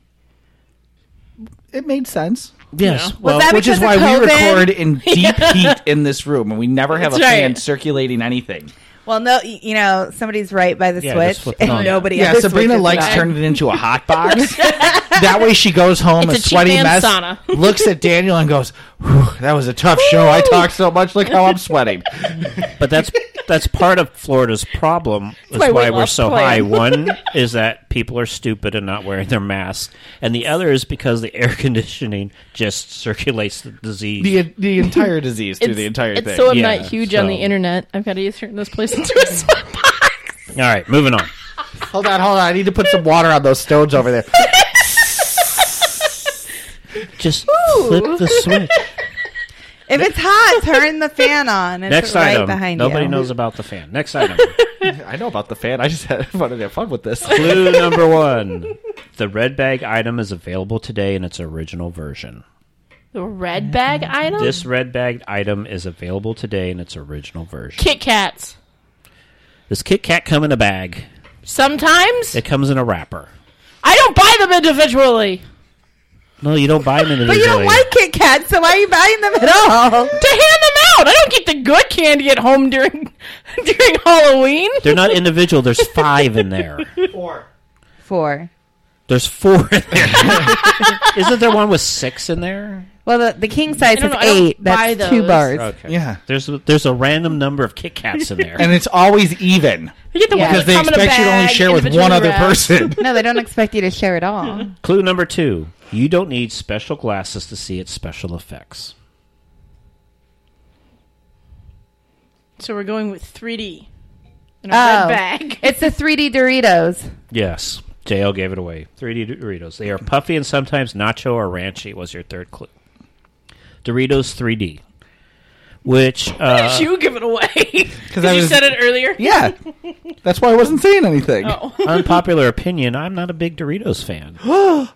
It made sense. yes Was well that Which is why because of we COVID? *laughs* record in deep heat in this room and we never have a That's fan right. circulating anything. well, no, y- you know somebody's right by the Yeah, just flip switch, it and on. *laughs* nobody. Yeah, ever Sabrina switches it likes on. turning it into a *laughs* hot box. that way she goes home It's a, a cheap sweaty man's mess, sauna. *laughs* looks at Daniel and goes, "Whew, that was a tough show. I talked so much. Look how I'm sweating. But that's that's part of Florida's *laughs* problem. Is why why, we we're lost so plan. *laughs* high. One is that people are stupid and not wearing their masks, and the other is because the air *laughs* conditioning just circulates the disease. The, the entire disease through the entire it's thing. so I'm Yeah, not huge on the so- internet. I've got to turn this place *laughs* into a sweatbox. All right, moving on. Hold on, hold on. I need to put some water on those stones over there. Just flip the switch. If it's hot, turn the fan on. It's Next right item. behind Nobody you. knows about the fan. Next item. *laughs* I know about the fan. I just had, wanted to have fun with this. *laughs* Clue number one: the red bag item is available today in its original version. the red bag item. This red bag item is available today in its original version. Kit Kats. Does Kit Kat come in a bag? Sometimes It comes in a wrapper. I don't buy them individually No, you don't buy them individually. *laughs* But you don't like Kit Kats, so why are you buying them *laughs* at all? to hand them out. I don't get the good candy at home during *laughs* during Halloween. They're not individual. There's five in there. Four. There's four in there. *laughs* Isn't there one with six in there? Well, the, the king size I don't is know, I don't eight. buy those. That's two bars. Okay. Yeah. There's a, there's a random number of Kit Kats in there. And it's always even I get the ones that because they come in a expect you to only bag, share with individually one other wrapped. *laughs* person. No, they don't expect you to share it all. Clue number two: you don't need special glasses to see its special effects. So we're going with 3D in a red Oh. bag. It's the 3D *laughs* Doritos. Yes, JL gave it away. 3D Doritos. They are puffy and sometimes nacho or ranchy. Was your third clue? Doritos 3D, *laughs* which uh, *laughs* you give it away because I you was- said it earlier. Yeah. That's why I wasn't saying anything. Oh, *laughs* unpopular opinion. I'm not a big Doritos *gasps* fan. I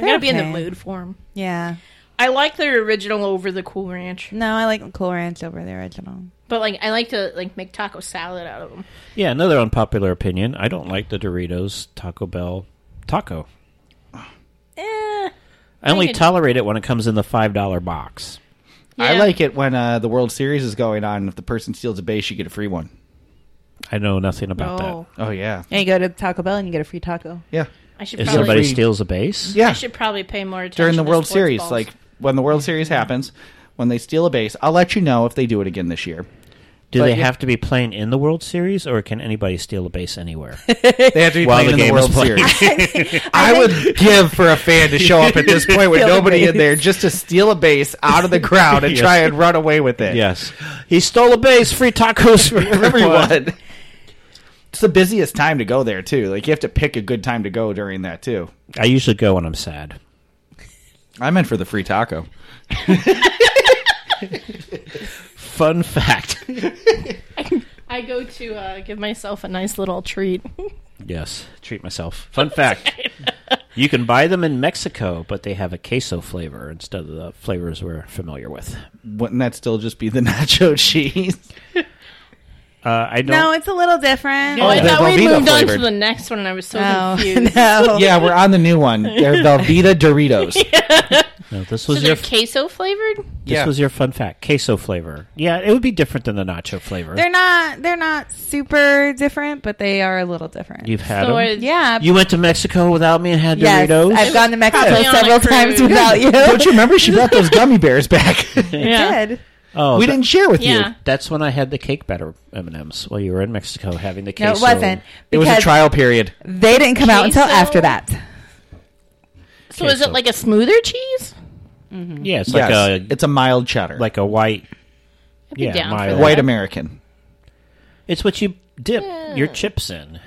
gotta be in the okay. mood for them. Yeah. I like their original over the Cool Ranch, No, I like Cool Ranch over the original. but like I like to like make taco salad out of them. Yeah, another unpopular opinion. I don't like the Doritos Taco Bell taco. Eh, I only could- tolerate it when it comes in the five dollar box. I Yeah. like it when uh, the World Series is going on. If the person steals a base, you get a free one. I know nothing about Oh, Oh yeah, And you go to Taco Bell and you get a free taco. yeah, I should that. If probably somebody free. steals a base, yeah. I should probably pay more attention During the to World sports Series, balls. like when the World Series happens, when they steal a base, I'll let you know if they do it again this year. do But they yeah. have to be playing in the World Series, or can anybody steal a base anywhere? They have to be While playing the game in the World is playing. Series. *laughs* I would give for a fan to *laughs* show up at this point with Steal a nobody base. in there just to steal a base out of the crowd and *laughs* Yes. try and run away with it. *laughs* yes, *gasps* he stole a base. Free tacos for *laughs* everyone. everyone. It's the busiest time to go there too. Like you have to pick a good time to go during that too. I usually go when I'm sad. I meant for the free taco. Fun fact. *laughs* I go to uh, give myself a nice little treat. *laughs* Oh, yes, treat myself. Fun fact. You can buy them in Mexico, but they have a queso flavor instead of the flavors we're familiar with. Wouldn't that still just be the *laughs* nacho cheese? Uh, I don't. No, it's a little different. I they're thought we Velveeta moved on to flavored. the next one. and I was so *laughs* No, *laughs* confused. no. yeah, we're on the new one. They're *laughs* Velveeta Doritos. no, this So was they're your queso flavored? This Yeah. was your fun fact. Queso flavor. Yeah, it would be different than the nacho flavor. They're not. They're not super different, but they are a little different. You've had So them. are- yeah. You went to Mexico without me and had yes, Doritos. I've gone to Mexico Probably on a several cruise. times without you. *laughs* *laughs* Don't you remember she brought those gummy bears *laughs* back? yeah. Did. oh, we tha- didn't share with Yeah. you. That's when I had the cake batter M and M's while you were in Mexico having the queso. No, it wasn't. It was a because trial period. They didn't come out until Queso? after that. So is Queso. it like a smoother cheese? Yeah, it's Yes. like a it's a mild cheddar. Like like a white. be Yeah, down for mild. that. white American. It's what you dip your chips in.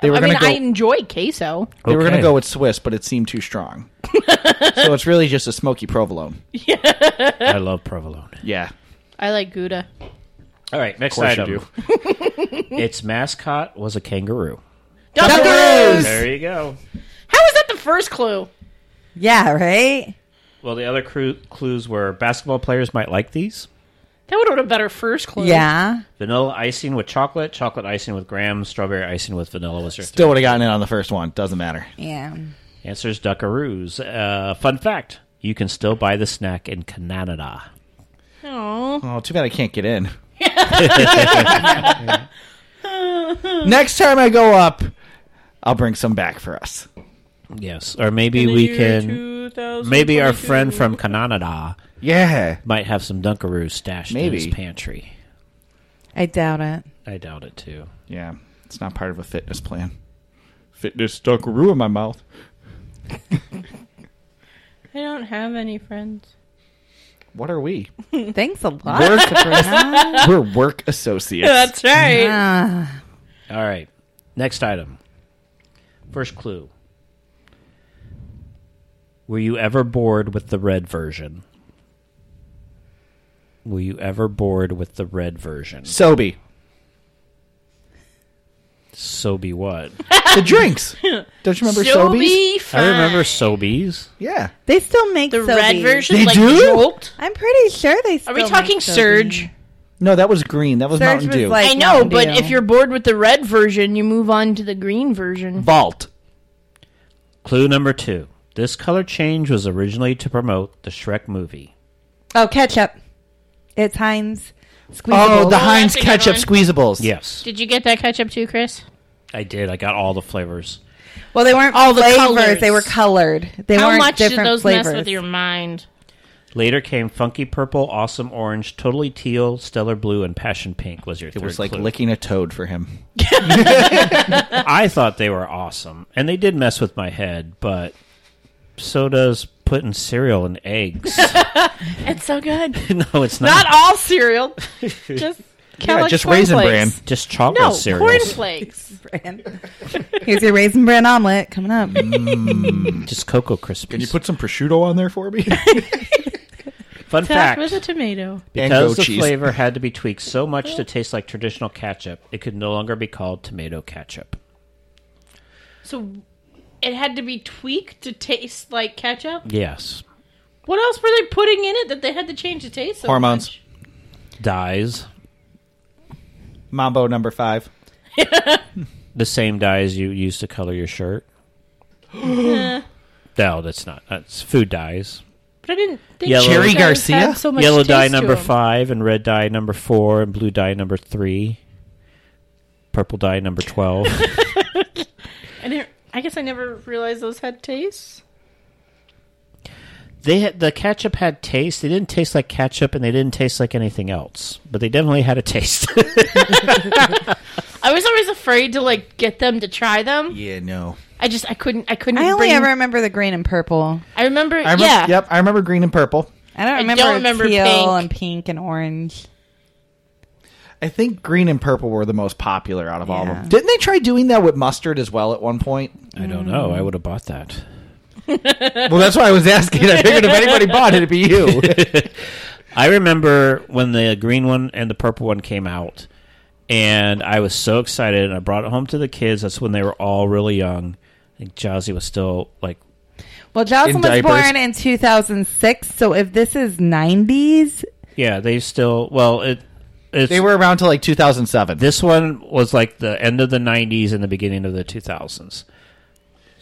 They were I mean, gonna go I enjoy queso. They were going to Okay. go with Swiss, but it seemed too *laughs* strong. so it's really just a smoky provolone. *laughs* I love provolone. Yeah. I like Gouda. All right, next course you item. *laughs* its mascot was a kangaroo. Dunkaroos! There you go. How is that the first clue? Yeah, right. Well, the other cru- clues were basketball players might like these. That would have been a better first clue. Yeah. Vanilla icing with chocolate, chocolate icing with graham, strawberry icing with vanilla was your Still would have gotten in on the first one. Doesn't matter. Yeah. Answers Duckaroos. Uh, fun fact you can still buy the snack in Canada. Aw. Oh, too bad I can't *laughs* get in. Next time I go up, I'll bring some back for us. Yes. Or maybe we can. Maybe our friend from Canada Yeah. might have some Dunkaroos stashed in Maybe. his pantry. I doubt it. I doubt it, too. Yeah. It's not part of a fitness plan. Fitness dunkaroo in my mouth. I don't have any friends. What *laughs* are we? Thanks a lot. Work- Sabrina. We're work associates. right. Ah, All right. Next item. First clue. Were you ever bored with the red version? Were you ever bored with the red version? Sobe. So be what? The *laughs* drinks. Don't you remember Sobe's? I remember Sobeys. Yeah. they still make the Sobe. red version. They like do? Jolt. I'm pretty sure they. Still Are Oh we make talking Sobe. Surge? No, that was green. That was Surge Mountain was Dew. like I know, Mountain but Dew. if you're bored with the red version, you move on to the green version. Vault. Clue number two. This color change was originally to promote the Shrek movie. oh ketchup, it's Heinz. Oh, Squeezable. the Heinz that's a good ketchup one. squeezables. Yes, Did you get that ketchup too, Chris? I did. I got all the flavors. well, they weren't all the flavors; colors. they were colored. They How weren't much did different those flavors. mess with *laughs* your mind? Later came funky purple, awesome orange, totally teal, stellar blue, and passion pink. Was your It third was like clue. licking a toad for him. *laughs* I thought they were awesome, and they did mess with my head, but so does putting cereal in *laughs* eggs. *laughs* It's so good. no, it's not. Not all *laughs* cereal. Just Yeah, Kellogg's just Corn Raisin Flakes. Bran. just chocolate No, cereals. cornflakes. Bran. Here's your raisin bran omelet coming up. Mm. Just cocoa crispies. Can you put some prosciutto on there *laughs* for me? Fun *laughs* That fact: was a tomato. *laughs* And Because goat the cheese. flavor had to be tweaked so much Oh. to taste like traditional ketchup, it could no longer be called tomato ketchup. So it had to be tweaked to taste like ketchup. Yes. What else were they putting in it that they had to change the taste? So Hormones. much? Dyes. Mambo number five. The same dyes you use *gasps* to color your shirt. no, that's not. That's food dyes. But I didn't think Yellow- Cherry these guys Garcia? had so much Yellow taste dye to number them. five, and red dye number four, and blue dye number three, purple dye number *laughs* twelve. I, didn't, I guess I never realized those had tastes. they had, the ketchup had taste. They didn't taste like ketchup, and they didn't taste like anything else. But they definitely had a taste. *laughs* I was always afraid to like get them to try them. Yeah, no. I just I couldn't I couldn't. I only bring- ever remember the green and purple. I remember. I remember, yeah. Yep, I remember green and purple. I don't remember, don't remember teal pink. and pink and orange. I think green and purple were the most popular out of all of Yeah. them. Didn't they try doing that with mustard as well at one point? *laughs* I don't know. Mm. I would have bought that. well, that's why I was asking. I figured if anybody bought it, it'd be you. I remember when the green one and the purple one came out, and I was so excited, and I brought it home to the kids. That's when they were all really young. I think Jazzy was still like, Well, Jocelyn In was diapers. born in 2006, so if this is 90s, yeah, they still. Well, it. It's, *laughs* they were around till like 2007. This one was like the end of the '90s and the beginning of the 2000s.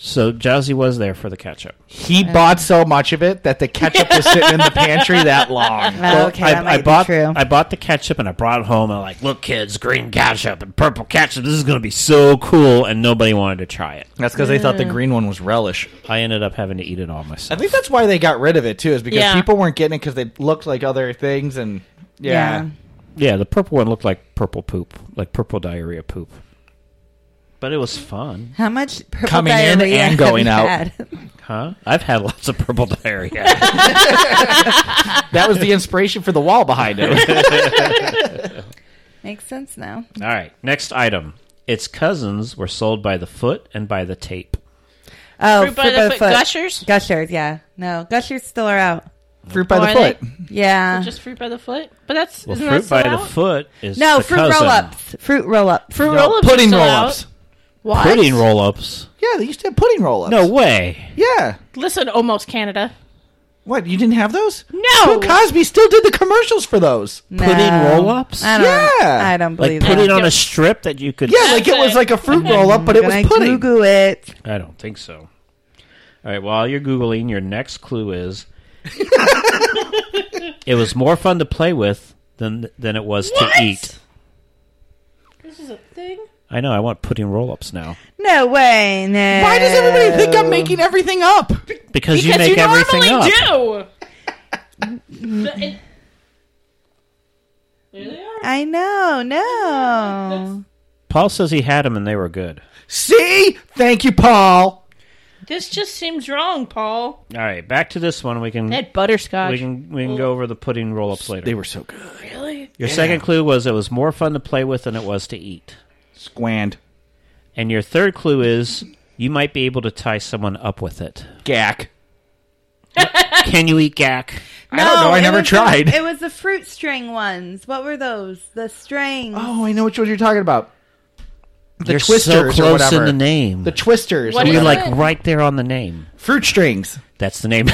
So Jazzy was there for the ketchup. he bought so much of it that the ketchup was sitting in the pantry *laughs* that long. well, okay, I, that might I be bought true. I bought the ketchup and I brought it home. And I'm like, look, kids, green ketchup and purple ketchup. This is going to be so cool, and nobody wanted to try it. That's because they thought Mm. the green one was relish. I ended up having to eat it all I myself. think that's why they got rid of it too, is because Yeah. people weren't getting it because they looked like other things and yeah. Yeah, the purple one looked like purple poop, like purple diarrhea poop. But it was fun, How much purple Coming in diarrhea and have going you out. had? *laughs* huh? *laughs* I've had lots of purple *laughs* diarrhea. That was the inspiration for the wall behind *laughs* it. *laughs* Makes sense now. all right, next item. Its cousins were sold by the foot and by the tape. Oh, Fruit by the foot gushers? Gushers, yeah. No, gushers still are out. Fruit by the Or they- foot. Yeah. Just fruit by the foot, but that's Well, isn't that fruit still by out? the foot is no, the fruit cousin. roll ups. Fruit roll ups. Fruit No, roll-ups are pudding still roll out? ups. What? Pudding roll ups. Yeah, they used to have pudding roll ups. No way. Yeah. Listen, almost Canada. What, you didn't have those? No. Bill Cosby still did the commercials for those. Pudding roll-ups? I don't, Yeah. I don't Like believe put it that. on a strip that you could. Yeah, like it was it. like *laughs* a fruit roll up, but it was Gonna pudding. Google it. I don't think so. All right, while you're Googling, your next clue *laughs* is it was more fun to play with than than it was What? to eat. This is a thing. I know, I want pudding roll ups now. No way. No. Why does everybody think I'm Oh. making everything up? Because, you Because make you everything normally up. do. The- it- there they are. I know. No. Paul says he had them and they were good. See? Thank you, Paul. This just seems wrong, Paul. All right, back to this one. We can That butterscotch. we can we can go over the pudding roll ups later. They were so good. really? Your second clue was it was more fun to play with than it was to eat. Squand. And your third clue is you might be able to tie someone up with it. Gack. Can you eat gack? I don't know. I it never was the- tried. it was the fruit string ones. What were those? The strings. Oh, I know which one you're talking about. The You're twisters so or close whatever. in the name. The twisters. What or is You're whatever. like it? right there on the name. fruit strings. That's the name.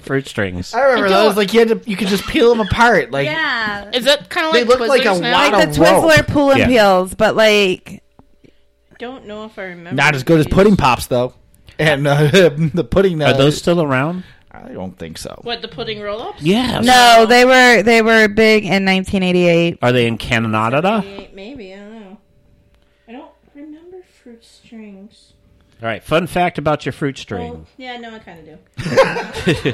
Fruit strings. I remember I don't- those. Like you had to, you could just peel them apart. Like Yeah. Is that kind of They like look like a Twizzlers now? lot Like the roll. Twizzler pull and Yeah. peels, but like I don't know if I remember. not as good as these. pudding pops though. And uh, *laughs* the pudding. Uh, Are those still around? I don't think so. What the pudding roll-ups? Yes. no, they were they were big in 1988. Are they in Canada? All May- Maybe I don't know. I don't remember fruit strings. right. Fun fact about your fruit Well, string. yeah, no, I kind of do.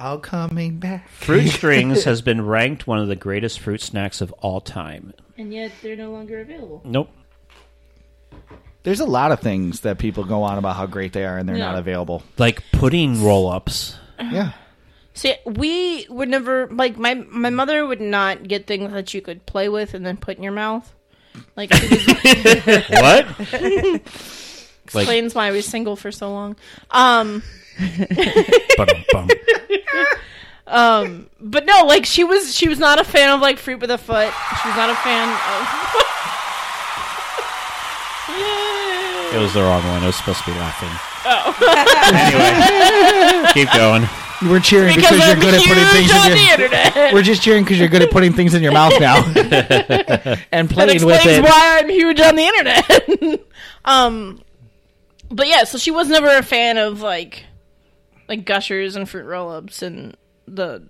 All coming *laughs* *laughs* back. Fruit strings has been ranked one of the greatest fruit snacks of all time. And yet they're no longer available. Nope. There's a lot of things that people go on about how great they are, and they're Yeah. Uh-huh. not available. Like *laughs* pudding roll-ups. Yeah. See, we would never like my my mother would not get things that you could play with and then put in your mouth. Like she *laughs* *laughs* just what? like, explains why I was single for so long. Um, bum-bum. but no, like she was she was not a fan of like fruit with a foot. She was not a fan of. Yay. It was the wrong one. It was supposed to be laughing. Oh. *laughs* anyway, keep going. We're cheering because, Because, you're I'm good at huge putting things on in your. the internet. We're just cheering because you're good at putting things in your mouth *laughs* now, and that playing with explains it. why I'm huge on the *laughs* internet. um, but yeah, so she was never a fan of like like gushers and fruit roll-ups and the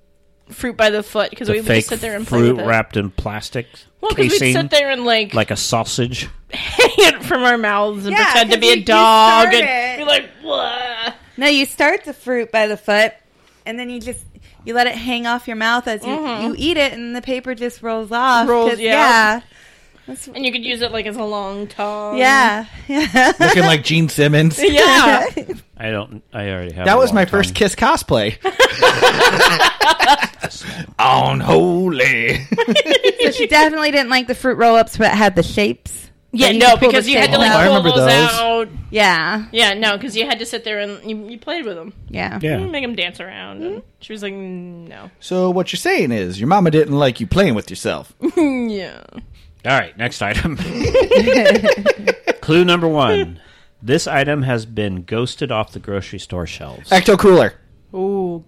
fruit by the foot because The we would fake just sit there and play fruit with it. wrapped in plastic well, because we'd casing, sit there and like, *laughs* like a sausage. hang it from our mouths and Yeah, pretend to 'cause be a you- you dog start and it. be like, "Wah." No, you start the fruit by the foot, and then you just you let it hang off your mouth as you, you eat it, and the paper just rolls off. Mm-hmm. Rolls, 'cause- yeah. yeah, and you could use it like as a long tongue. *laughs* yeah, *laughs* yeah. *laughs* Looking like Gene Simmons. yeah. I don't. I already have. That a was long my tongue. first Kiss cosplay. Unholy. *laughs* so she definitely didn't like the fruit roll-ups, but had the shapes. yeah, That you no, could pull because the you had to tail like off. I pull remember those, those. out. Yeah, Yeah, no, because you had to sit there and you, you played with them, yeah, Yeah. Mm-hmm. make them dance around. And she was like, "Mm, "No, so what you're saying is your mama didn't like you playing with yourself. *laughs* yeah, All right, next *laughs* item. Clue number one. This item has been ghosted off the grocery store shelves. Ecto Cooler. ooh,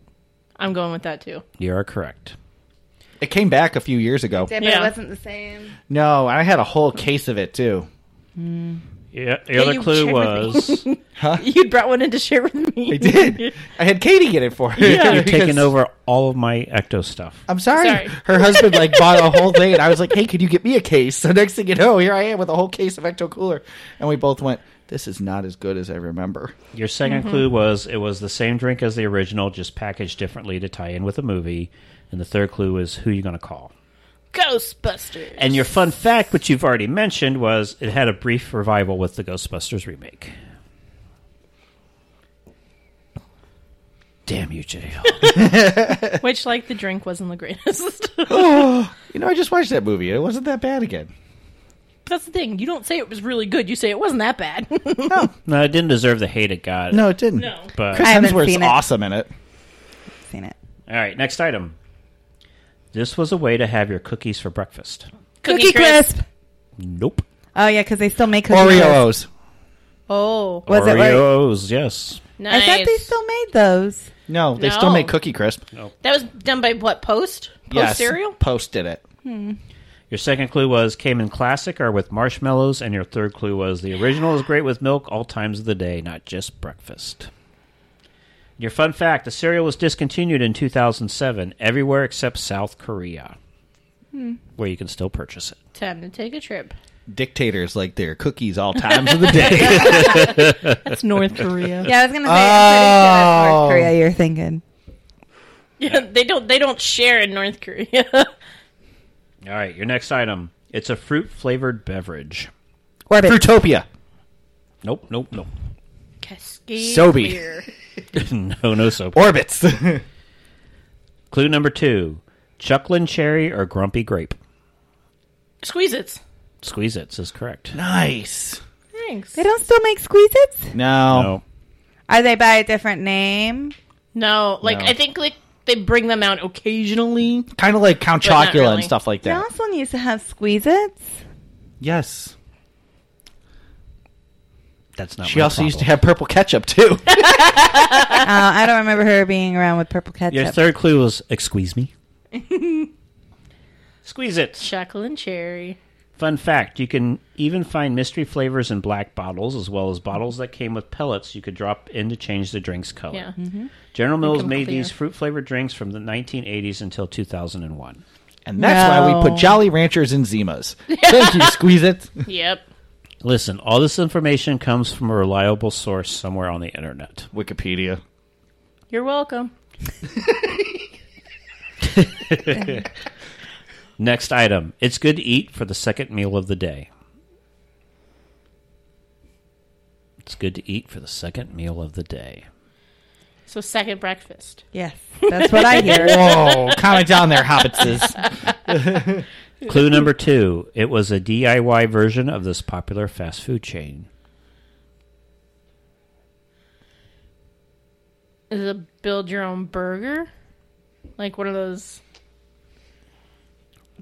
I'm going with that *laughs* too." You are correct. It came back a few years ago. But Yeah. it wasn't the same. No, I had a whole case of it too. Yeah, the other you clue *laughs* check *laughs* was You'd brought one in to share with me. I did. I had Katie get it for her. you're because- taking over all of my ecto stuff. I'm sorry. Sorry. Her husband like bought *laughs* a whole thing, and I was like, "Hey, could you get me a case?" So next thing you know, here I am with a whole case of Ecto Cooler, and we both went, "This is not as good as I remember." Your 2nd Mm-hmm. clue was it was the same drink as the original, just packaged differently to tie in with a movie. And the third clue is who you going to call. *laughs* Ghostbusters. And your fun fact, which you've already mentioned, was it had a brief revival with the Ghostbusters remake. Damn you, JL. which, like, the drink wasn't the *laughs* greatest. *gasps* You know, I just watched that movie. It wasn't that bad again. That's the thing. You don't say it was really good. You say it wasn't that *laughs* bad. *laughs* no, it didn't deserve the hate it got. No, it didn't. no. But Chris I haven't Hemsworth's seen it. awesome in it. Seen it. all right, next item. This was a way to have your cookies for breakfast. Cookie crisp. Nope. Oh yeah, because they still make cookie crisp. Oreos. Oh, Was it like- Oreos, yes. nice. I thought they still made those. No, they No. still make Cookie Crisp. that was done by what? Post? Post Yes, cereal? Post did it. Your second clue was came in classic or with marshmallows, and your third clue was the original is great with milk all times of the day, not just breakfast. Your fun fact the cereal was discontinued in 2007 everywhere except South Korea, where you can still purchase it. Time to take a trip. Dictators like their *laughs* cookies all times of the day. That's North *laughs* Korea. Yeah, I was gonna say I'm pretty sure that's Oh. North Korea. You're thinking. yeah, they don't. They don't share in North Korea. *laughs* All right, your next item it's a fruit flavored beverage. Orbit. Fruitopia. Nope, nope, nope. *laughs* Cascade Sobe. beer. no, no soap. Orbits. *laughs* Clue number two Chucklin cherry or grumpy grape. Squeeze it. Squeeze it is correct. nice. Thanks. They don't still make Squeezits? No. No. Are they by a different name? No, like No. I think like they bring them out occasionally. Kind of like Count But not Chocula really. and stuff like that. Jocelyn used to have Squeezits. *laughs* Yes. That's not She my also used to problem. have purple ketchup too. *laughs* uh, I don't remember her being around with purple ketchup. Your third clue was excuse me. *laughs* Squeeze it. Chocolate and cherry. Fun fact you can even find mystery flavors in black bottles, as well as bottles that came with pellets you could drop in to change the drink's color. Yeah. General Mills Become made clear. these fruit flavored drinks from the 1980s until 2001. And that's why we No. put Jolly Ranchers in *laughs* Zimas. Thank you, Squeeze It. Yep. Listen, all this information comes from a reliable source somewhere on the internet. Wikipedia. You're welcome. Next item it's good to eat for the second meal of the day. It's good to eat for the second meal of the day. So second breakfast. yes, that's what *laughs* I hear. Whoa, comment down there, Hobbitses. Clue number two. It was a DIY version of this popular fast food chain. Is it build your own burger? Like one of those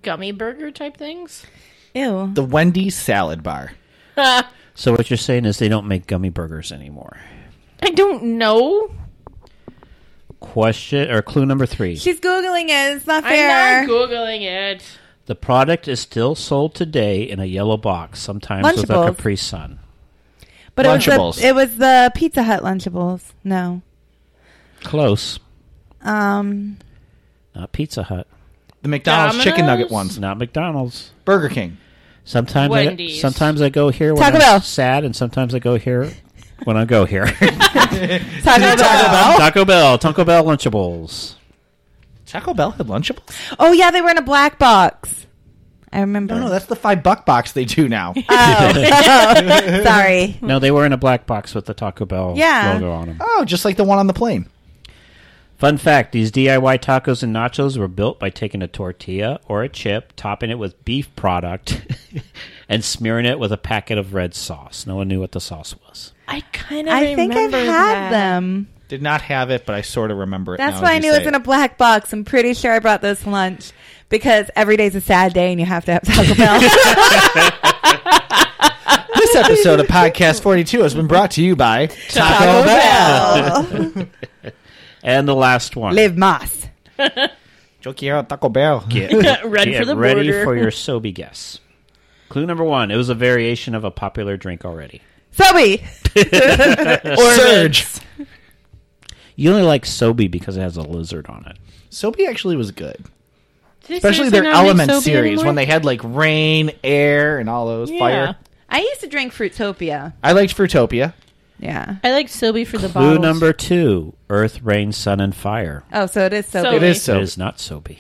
gummy burger type things? Ew. The Wendy's salad bar. So what you're saying is they don't make gummy burgers anymore. I don't know. Question or clue number three. She's googling it. It's not fair. I'm not googling it. The product is still sold today in a yellow box, sometimes with a Lunchables. Capri Sun. but it was, Lunchables. the, it was the Pizza Hut Lunchables. No, Close. Um, Not Pizza Hut. The McDonald's chicken nugget Domino's? ones. Not McDonald's. Burger King. Sometimes I, Wendy's. sometimes I go here when Taco I'm Bell. sad, and sometimes I go *laughs* here when I go here. *laughs* Taco Bell. Taco Bell, Taco Bell Lunchables. Taco Bell had Lunchables? Oh yeah, they were in a black box. I remember. No, no, that's the five buck box they do *laughs* now. *laughs* Oh, *laughs* sorry. No, they were in a black box with the Taco Bell Yeah. logo on them. oh, just like the one on the plane. Fun fact these DIY tacos and nachos were built by taking a tortilla or a chip, topping it with beef product, *laughs* and smearing it with a packet of red sauce. No one knew what the sauce was. I kind of I think I've remember had that. them. Did not have it, but I sort of remember it. That's now why as I you knew it say was in a black box. I'm pretty sure I brought those to lunch because every day's a sad day and you have to have *laughs* Taco Bell. *laughs* This episode of Podcast 42 has been brought to you by Taco, Bell. And the last one. Live Moss. Yo quiero Taco *laughs* Bell. *laughs* Get, Ready for get the ready border. for your Sobe guess. Clue number one. It was a variation of a popular drink already. Sobe. Surge. You only like Sobe because it has a lizard on it. Sobe actually was good. Did they Especially seriously their not make element Sobe series anymore? when they had like rain, air, and all those Yeah. fire. I used to drink Fruitopia. I liked Fruitopia. Yeah. I like Sobe for the Clue bottles. number two. Earth, rain, sun, and fire. Oh, so it is Sobe. Sobe. It is It Sobe. is not Sobe.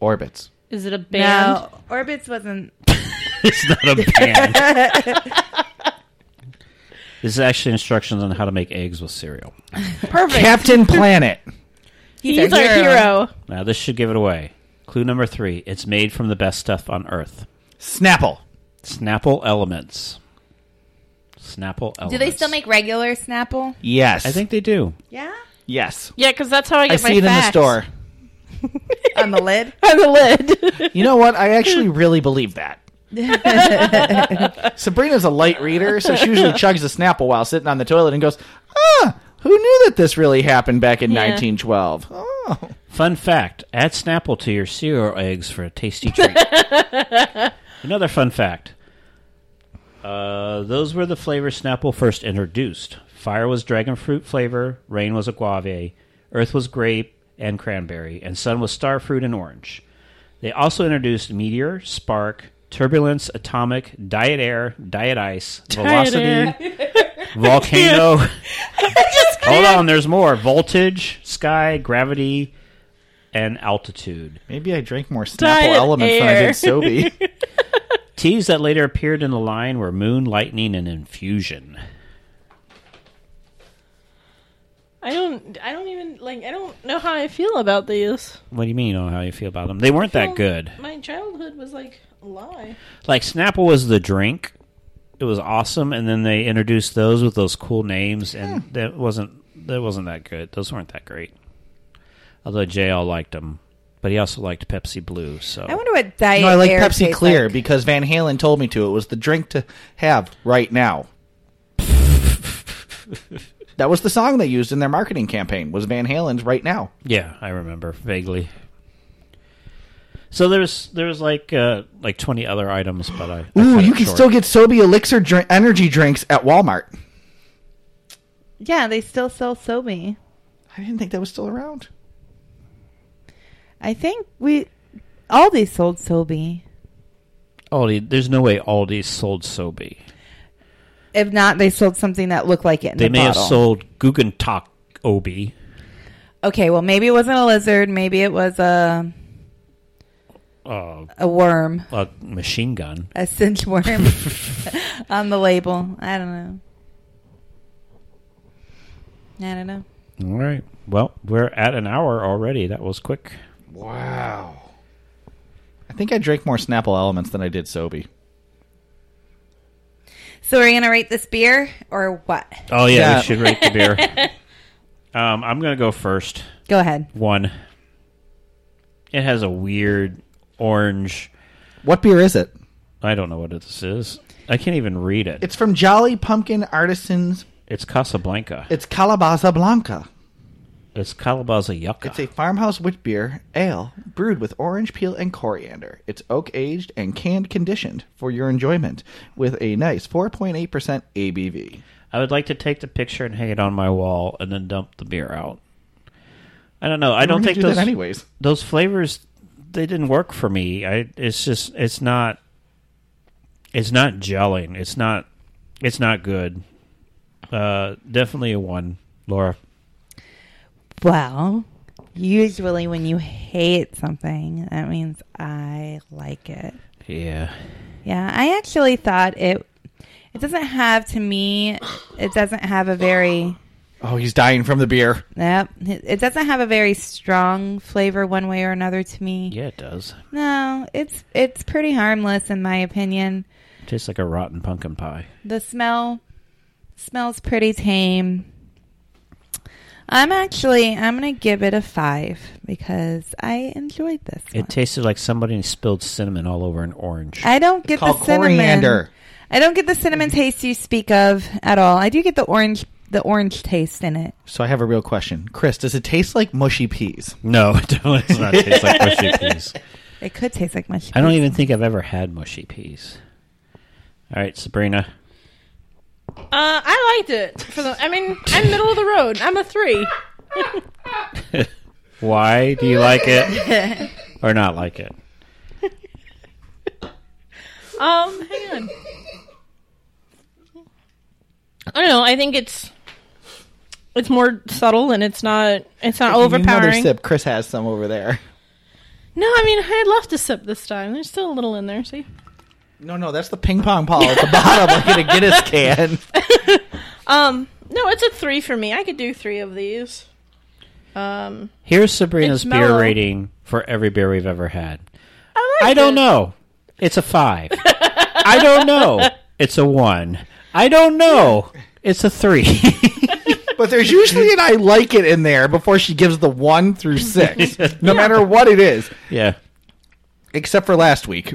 Orbits. Is it a band? No, Orbits wasn't. It's not a band. *laughs* this is actually instructions on how to make eggs with cereal. Perfect. Captain Planet. He's, our, hero. Now, this should give it away. Clue number three it's made from the best stuff on earth Snapple. Snapple Elements. Snapple Elements. *laughs* Do they still make regular Snapple? Yes. I think they do. Yeah. Yes. Yeah, because that's how I I get my see it in the facts. *laughs* store. On the lid? On the *laughs* lid. You know what? I *laughs* actually really believe that. Sabrina's a light reader, so she usually chugs a Snapple while sitting on the toilet and goes, ah, who knew that this really happened back in Yeah. 1912? Oh. Fun fact add Snapple to your cereal eggs for a tasty treat. Another fun fact. Uh, those were the flavors Snapple first introduced. Fire was dragon fruit flavor, rain was agave, earth was grape and cranberry, and sun was star fruit and orange. They also introduced meteor, spark, turbulence, atomic, diet air, diet ice, velocity, air. *laughs* volcano. Hold on, there's more. Voltage, sky, gravity, and altitude. Maybe I drank more Snapple Diet elements air. than *laughs* I did Sobe. Teas that later appeared in the line were moon, lightning, and infusion. I don't. I don't even like. I don't know how I feel about these. What do you mean on how you feel about them? They weren't that Well, good. My childhood was like a lie. Like Snapple was the drink. It was awesome, and then they introduced those with those cool names, and Hmm. that wasn't that wasn't that good. Those weren't that great. Although JL liked them, but he also liked Pepsi Blue. So I wonder what diet. no, I like Air Pepsi tastes Clear like. because Van Halen told me to. It was the drink to have right now. that was the song they used in their marketing campaign. Was Van Halen's right now? Yeah, I remember vaguely. So there's there's like uh, like twenty other items, but I, I Ooh, cut you it can short. still get Sobe Elixir drink, energy drinks at Walmart. Yeah, they still sell Sobe. I didn't think that was still around. I think we. Aldi sold Sobe. Aldi. There's no way Aldi sold Sobe. If not, they sold something that looked like it in They the may bottle. have sold Guggentock Obi. okay, well, maybe it wasn't a lizard. Maybe it was a Uh, a worm, a machine gun. a cinch *laughs* worm on the label. I don't know. I don't know. All right. Well, we're at an hour already. That was quick. Wow. I think I drank more Snapple elements than I did Sobe. So are you gonna rate this beer or what? Oh yeah, Yeah. we should rate the *laughs* beer. um, I'm gonna go first. Go ahead. One. It has a weird orange. What beer is it? I don't know what this is. I can't even read it. It's from Jolly Pumpkin Artisans. It's Casablanca. It's Calabaza Blanca. It's Calabaza Yucca. It's a farmhouse wit beer ale brewed with orange peel and coriander. It's oak aged and canned conditioned for your enjoyment with a nice 4.8% ABV. I would like to take the picture and hang it on my wall and then dump the beer out. I don't know. I We're don't gonna think do those that anyways. those flavors they didn't work for me. I it's just it's not it's not gelling. It's not it's not good. Uh, definitely a one, Laura. Well, usually when you hate something, that means I like it. Yeah. Yeah, I actually thought it. It doesn't have to me. It doesn't have a very. Oh, he's dying from the beer. Yep. It doesn't have a very strong flavor one way or another to me. Yeah, it does. No, it's it's pretty harmless in my opinion. Tastes like a rotten pumpkin pie. The smell smells pretty tame. I'm actually I'm gonna give it a five because I enjoyed this. It one. tasted like somebody spilled cinnamon all over an *laughs* orange. I don't get the Called cinnamon. coriander. I don't get the cinnamon taste you speak of at all. I do get the orange the orange taste in it. So I have a real question, Chris. Does it taste like mushy peas? no, it does not taste like mushy peas. It could taste like mushy. I don't peas. even think I've ever had mushy peas. All right, Sabrina. Uh, I liked it. For the, I mean, I'm middle of the road. I'm a three. Why do you like it *laughs* or not like it? Um, hang on. I don't know. I think it's it's more subtle and it's not it's *laughs* not Another overpowering. sip. Chris has some over there. No, I mean I'd love to sip this time. There's still a little in there. See. No, no, that's the ping pong ball at the bottom, like in a Guinness *laughs* can. Um, no, it's a three for me. I could do three of these. Um, Here's Sabrina's It's beer mellow. rating for every beer we've ever had. I, I liked don't it. know. It's a five. I don't *laughs* know. It's a one. I don't know. It's a three. *laughs* But there's usually an I like it in there before she gives the one through *laughs* six, no matter what it is, yeah. except for last week.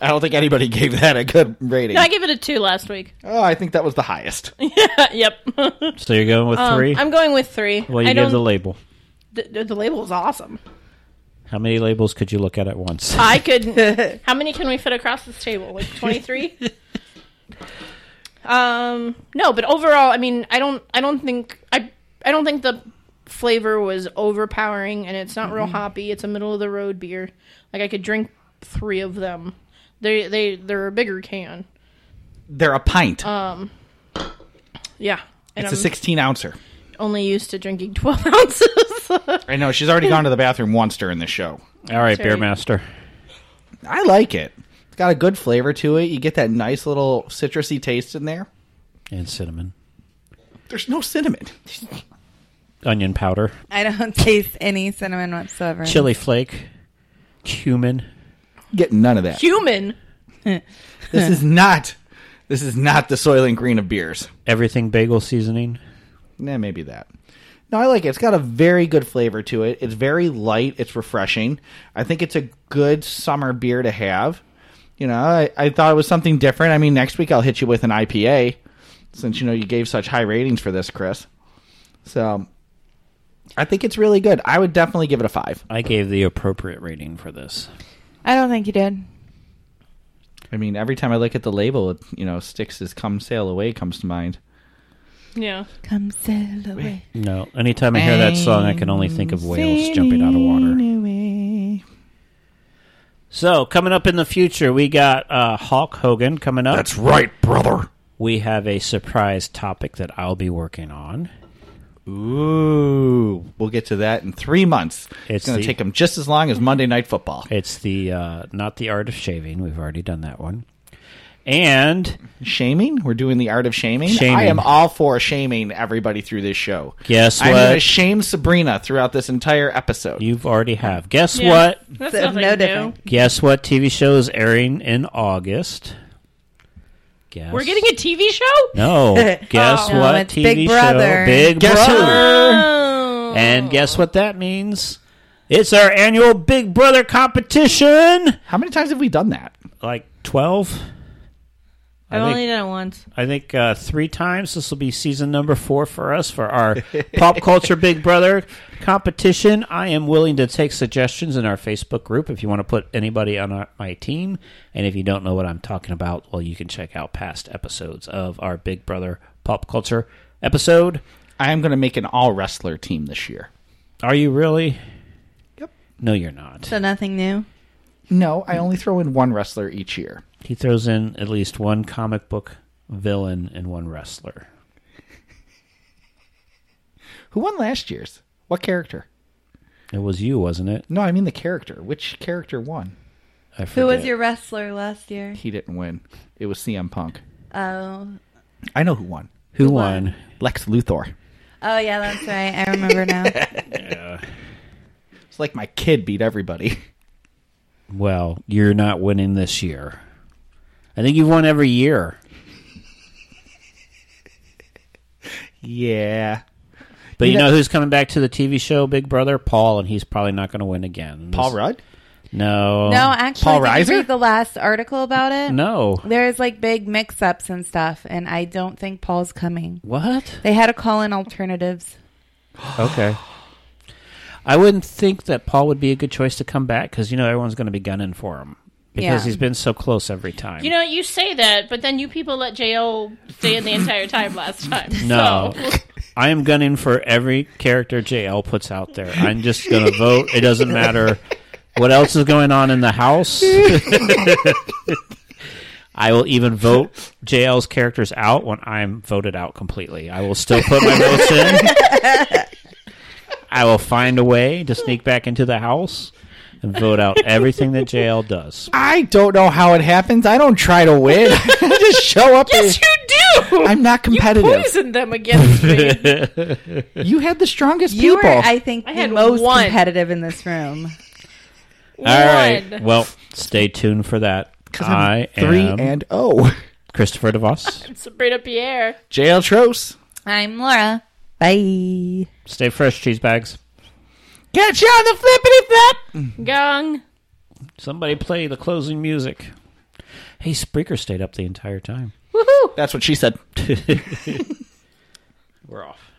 I don't think anybody *laughs* gave that a good rating. No, I gave it a two last week. *laughs* oh, I think that was the highest. yep. So you're going with Um, three? I'm going with three. well, you I gave don't. the label. th- th- the label was awesome. How many labels could you look at at once? I could. how many can we fit across this table? Like twenty three. um. No, but overall, I mean, I don't. I don't think. I. I don't think the flavor was overpowering, and it's not real hoppy. It's a middle of the road beer. Like I could drink three of them. They they they're a bigger can. They're a pint. Yeah. And it's I'm a 16 ouncer. only used to drinking *laughs* twelve ounces. I know she's already gone to the bathroom once during the show. All right, Sorry. Beer Master. I like it. It's got a good flavor to it. You get that nice little citrusy taste in there. And cinnamon. There's no cinnamon. Onion powder. I don't *laughs* taste any cinnamon whatsoever. Chili flake. Cumin. You get none of that. Human. This is not. This is not the soil and green of beers. Everything bagel seasoning. Nah, maybe that. No, I like it. It's got a very good flavor to it. It's very light. It's refreshing. I think it's a good summer beer to have. You know, I, I thought it was something different. I mean, next week I'll hit you with an IPA since, you know, you gave such high ratings for this, Chris. So I think it's really good. I would definitely give it a five. I gave the appropriate rating for this. I don't think you did. I mean, every time I look at the label, it, you know, sticks is come sail away comes to mind. Yeah. Come sail away. No, anytime I hear that song, I can only think of whales jumping out of water. So, coming up in the future, we got uh, Hulk Hogan coming up. That's right, brother. we have a surprise topic that I'll be working on. Ooh, we'll get to that in three months. It's It's going the- to take them just as long as Monday Night Football. It's the uh, not the art of shaving. We've already done that one. And Shaming? We're doing the art of shaming. Shaming. I am all for shaming everybody through this show. Guess I'm what? gonna shame Sabrina throughout this entire episode. you've already have. Guess Yeah. what? That's So, nothing no new. different. Guess what? TV show is airing in August. Guess We're getting a TV show. *laughs* no. Oh, Guess No, what? Oh. it's TV Big Brother. show. Big Guess who? Brother. Oh. And guess what that means? It's our annual Big Brother competition. How many times have we done that? Like twelve. I've I think- only done it once. I think uh, three times. This will be season number four for us for *laughs* our pop culture Big Brother competition. I am willing to take suggestions in our Facebook group if you want to put anybody on our, my team. And if you don't know what I'm talking about, well, you can check out past episodes of our Big Brother pop culture episode. I am going to make an all wrestler team this year. Are you really? Yep. No, you're not. So nothing new. No, I only throw in one wrestler each year. He throws in at least one comic book villain and one wrestler. Who won last year's? What character? It was you, wasn't it? No, I mean the character. Which character won? I Who was forget. your wrestler last year? He didn't win. It was CM Punk. Oh, I know who won. Who won? Lex Luthor. oh yeah, that's right. I remember now. It's like my kid beat everybody. *laughs* Well, you're not winning this year. I think you've won every year. yeah. But you, You know, know- who's coming back to the TV show Big Brother? Paul, and he's probably not going to win again. Paul This- Rudd? No. *laughs* no, actually, Paul did you Reiser? read the last article about it? No. There's like big mix-ups and stuff, and I don't think Paul's coming. *sighs* What? They had to call in alternatives. Okay. I wouldn't think that Paul would be a good choice to come back because you know everyone's going to be gunning for him because Yeah. he's been so close every time. You know, you say that, but then you people let JL stay in the entire time last time. *laughs* no, So. I am gunning for every character JL puts out there. I'm just going to vote. It doesn't matter what else is going on in the house. *laughs* I will even vote JL's characters out when I'm voted out completely. I will still put my votes in. I will find a way to sneak back into the house and vote out everything that JL does. I don't know how it happens. I don't try to win. *laughs* I just show up. *laughs* Yes, and- you do. *laughs* I'm not competitive. Poison them against me. You, had the strongest You people. were, I think, I the had most one. competitive in this room. *laughs* All right. One. Well, stay tuned for that. 'Cause I'm I three am and oh. Christopher DeVos. *laughs* Sabrina Pierre. JL Tros. I'm Laura. Bye. Stay fresh, cheese bags. Catch you on the flippity flap. Gong. Somebody play the closing music. Hey, Spreaker stayed up the entire time. Woohoo. That's what she said. We're off.